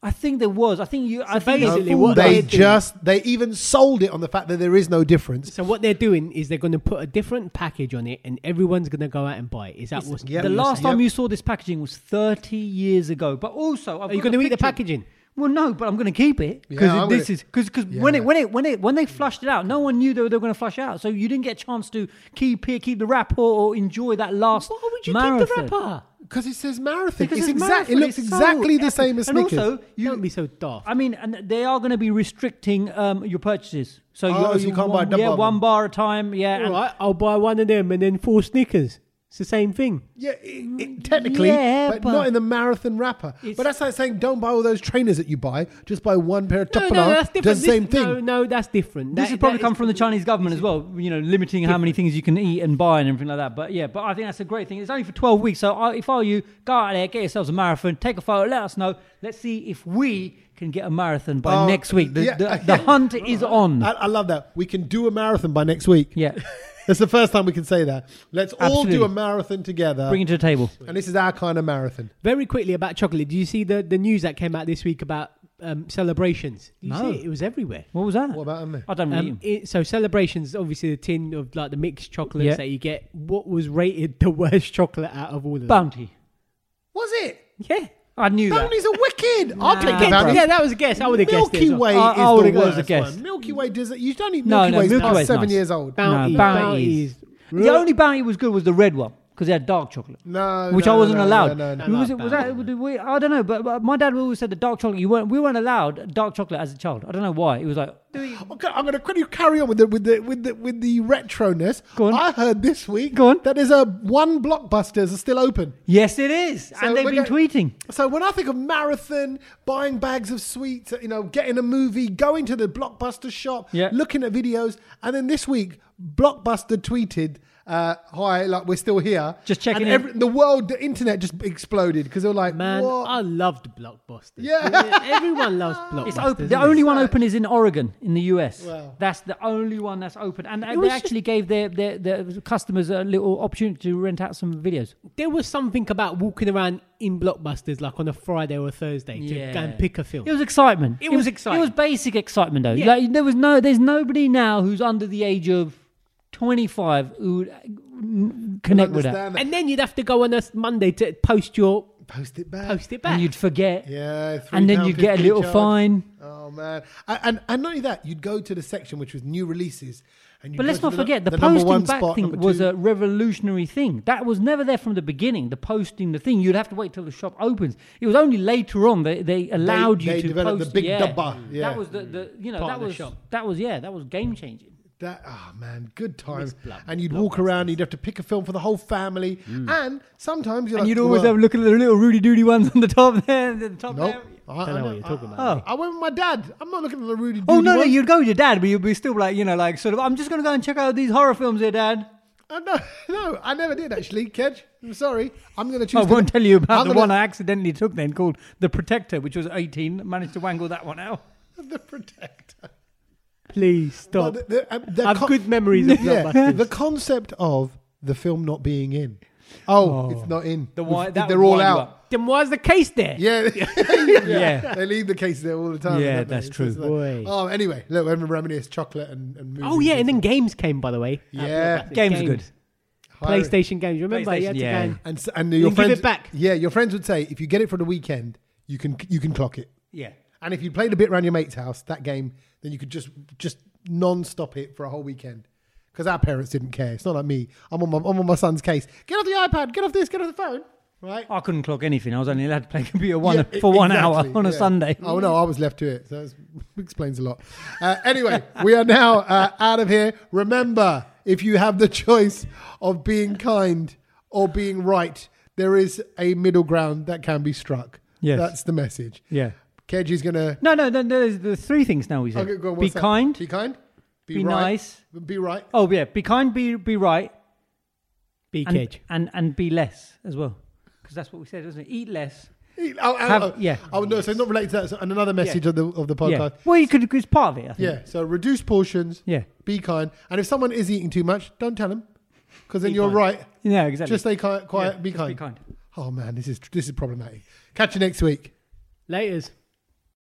F: I think there was. I think you. I think it's
E: basically
F: full
E: what
F: day.
C: They
E: they do-
C: just they even sold it on the fact that there is no difference.
E: So what they're doing is they're going to put a different package on it, and everyone's going to go out and buy it. Is that what's
C: yeah.
F: the
C: Yep.
F: last time
C: Yep.
F: you saw this packaging was 30 years ago. But also, I've
E: Are you
F: got
E: going to eat the
F: picture.
E: packaging?
F: Well, no, but I'm going to keep it because
C: Yeah, I'm
F: this
C: gonna-
F: is because because when
C: Yeah.
F: it when it when it when they flushed it out, no one knew they were, going to flush it out, so you didn't get a chance to keep it, keep the wrapper, or enjoy that last.
E: Why would you
F: marathon.
E: keep the wrapper?
C: Because it says marathon.
F: Because
C: it's
F: it's
C: exact,
F: marathon,
C: It looks
F: it's so
C: exactly the
F: epic.
C: same as
F: And
C: Snickers.
F: also, you
E: Don't be so daft.
F: I mean, and they are going to be restricting um, your purchases, so,
C: Oh, so you can't buy
F: one,
C: double
F: yeah,
C: of
F: one
C: them. Oh,
F: bar at a time, yeah,
E: All
F: and
E: right, I'll buy one of them and then four sneakers. It's the same thing.
C: Yeah, it, it, technically,
F: yeah,
C: but,
F: but-
C: not in the marathon wrapper. But that's like saying don't buy all those trainers that you buy. Just buy one pair of
E: No,
C: Tupperware.
E: no, that's different.
C: Does the
E: This-
C: same thing.
E: No, no, that's different.
F: This
E: That-
F: has probably
E: that
F: come from the Chinese government as well, you know, limiting how many things you can eat and buy and everything like that. But yeah, but I think that's a great thing. It's only for 12 weeks. So I, if I were you, go out there, get yourselves a marathon, take a photo, let us know. Let's see if we can get a marathon by
C: Oh,
F: next week. The,
C: yeah. *laughs*
F: the, the hunt is on.
C: I, I love that. We can do a marathon by next week.
F: yeah.
C: That's the first time we can say that. Let's all do
F: Absolutely.
C: a marathon together.
F: Bring it to the table.
C: and this is our kind of marathon.
E: Very quickly about chocolate. Do you see the, the news that came out this week about um, celebrations? Did you
F: No.
E: see it? It was everywhere.
F: What was that?
C: What about me?
F: I don't really
E: Um, it, so celebrations, obviously, the tin of like the mixed chocolates
F: Yeah.
E: that you get. What was rated *laughs* the worst chocolate out of all of them?
F: Bounty.
C: Was it?
E: Yeah.
F: I knew that.
C: Bounties are wicked. I'll take the
E: Guess-
C: bounty.
E: yeah, that was a guess. I would have guessed. it
C: Milky
E: as well.
C: Way
F: I- I
C: is
F: would've
C: the
F: gone as a
C: worst
F: guess.
C: one. Milky Way doesn't. You don't need
F: No,
C: Milky
F: no,
C: Way. Way's
F: Milky
C: past
F: Way's
C: seven
F: nice.
C: years old.
F: No,
E: Bounty,
F: bounties. The only bounty was good was the red one because they had dark chocolate.
C: No,
F: which
C: no,
F: I wasn't
C: no,
F: allowed.
C: no, no,
E: no.
F: was it? Was that?
E: Bounty.
F: did we- I don't know. But, but my dad always said the dark chocolate. You weren't. We weren't allowed dark chocolate as a child. I don't know why. It was like
C: Okay, I'm going to quickly carry on with the with the with the with the retroness.
F: Go on.
C: I heard this week
F: Go on.
C: that there's a one blockbusters are still open.
F: yes, it is.
C: So
F: and they've
C: we're
F: been
C: going-
F: tweeting.
C: So when I think of marathon, buying bags of sweets, you know, getting a movie, going to the blockbuster shop,
F: Yeah.
C: looking at videos, and then this week blockbuster tweeted. Uh, hi, like we're still here.
F: Just checking
C: And
F: in.
C: every- the world, the internet just exploded because they were like,
E: Man,
C: what?
E: I loved Blockbusters.
C: Yeah.
E: everyone
C: *laughs*
E: loves Blockbusters.
F: It's open. The
E: isn't it?
F: only one open is in Oregon, in the US.
C: Wow.
F: That's the only one that's open, and they
E: was
F: actually gave their, their their customers a little opportunity to rent out some videos.
E: There was something about walking around in Blockbusters like on a Friday or a Thursday to
F: Yeah.
E: go and pick a film.
F: It was excitement.
E: It was
F: It
E: exciting.
F: was basic excitement, though.
E: Yeah.
F: Like, there was no. There's nobody now who's under the age of twenty-five who would uh, n- connect with that,
C: Understand that.
E: and then you'd have to go on a Monday to post your
C: Post it back.
E: post it back.
F: and you'd forget.
C: Yeah,
F: And then you'd get a
C: £3.50
F: little
C: charge.
F: fine.
C: Oh man! And, and and not only that, you'd go to the section which was new releases. And you'd
F: But
C: go
F: let's
C: to
F: not
C: the-
F: forget the,
C: the number
F: posting
C: one
F: back
C: spot,
F: thing
C: number
F: was
C: two.
F: a revolutionary thing. That was never there from the beginning. The posting, the thing, you'd have to wait till the shop opens. It was only later on they, they allowed you
C: they
F: to
C: developed the
F: post-
C: big
F: yeah.
C: dabba, yeah.
F: That was the, the you know
E: Part
F: that
E: of the
F: was
E: shop.
F: that was yeah that was game changing.
C: That oh man, good times.
E: blood-
C: And you'd walk around. You'd have to pick a film for the whole family. And sometimes you're
F: Mm.
C: like,
F: And you'd always
C: well,
F: have a look at the little Rudy Doody ones on the top *laughs* there, the top
C: Nope.
F: there.
C: I,
E: don't know
C: I
E: what you're talking
C: I-
E: about.
C: I, I went with my dad. I'm not looking at the Rudy.
F: Oh
C: Doody
F: no, no,
C: one.
F: you'd go with your dad, but you'd be still like, you know, like sort of. I'm just gonna go and check out these horror films here, Dad.
C: Uh, no, *laughs* no, I never did actually, Kedge. I'm sorry. I'm going to choose.
F: I won't Oh, tell you about the one
C: I
F: I accidentally took then called The Protector, which was 18. Managed to wangle that one out.
C: *laughs* the protector.
E: Please stop.
C: But the- the- um, the
E: I've
C: con-
E: good memories
C: *laughs*
E: of
C: Yeah,
E: Blockbusters.
C: the concept of the film not being in. Oh, it's not in.
F: The
C: We've-
F: wi- that
C: they're
F: would
C: all
F: wind you
C: out.
F: up.
E: then why's the case there?
C: Yeah.
F: *laughs*
E: *laughs*
F: Yeah.
C: they leave the cases there all the time.
F: Yeah,
C: don't they?
F: that's
C: It's just
F: true.
E: Boy.
C: like- oh, anyway, look, when we reminisce chocolate and, and movies.
E: Oh yeah, and
F: *laughs*
E: then games came by the way. Uh,
C: Yeah.
E: Blockbusters.
F: Games are good.
C: Hiring.
E: PlayStation games. Remember, you had to
F: PlayStation,
E: go
F: yeah.
E: and-
C: And s- and your
E: give
C: friends
E: it back.
C: Yeah, your friends would say if you get it for the weekend, you can you can clock it.
F: Yeah.
C: And if you played a bit around your mate's house that game, then you could just just non-stop it for a whole weekend. Because our parents didn't care. It's not like me. I'm on my I'm on my son's case. Get off the iPad. Get off this. Get off the phone. Right.
F: I couldn't clock anything. I was only allowed to play computer one
C: Yeah,
F: for one
C: exactly,
F: hour on a
C: yeah.
F: Sunday.
C: Oh no, I was left to it. So that's- explains a lot. Uh, anyway, we are now uh, out of here. Remember, if you have the choice of being kind or being right, there is a middle ground that can be struck.
F: Yes.
C: that's the message.
F: Yeah.
C: Kedji's gonna
F: No, no, no, no, there's, there's three things now we said.
C: Okay, go on,
F: be
C: what's that?
F: kind.
C: Be kind.
F: Be
C: right.
F: nice.
C: Be right.
F: oh, yeah. Be kind, be, be right,
E: Be
F: and,
E: cage.
F: and, and be less as well. Because that's what we said, wasn't it? Eat less.
C: Oh, oh,
F: Have-
C: oh.
F: yeah.
C: Oh no, so not related to that. So, and another message of the of the
F: Yeah.
C: podcast.
F: Well, you could, it's part of it, I think.
C: Yeah. So reduce portions.
F: Yeah.
C: Be kind. And if someone is eating too much, don't tell them, because then you're right.
F: Yeah, exactly.
C: Just stay quiet. quiet
F: Yeah,
C: be,
F: just
C: kind.
F: be kind.
C: Oh man, this is this is problematic. Catch you next week.
E: Laters.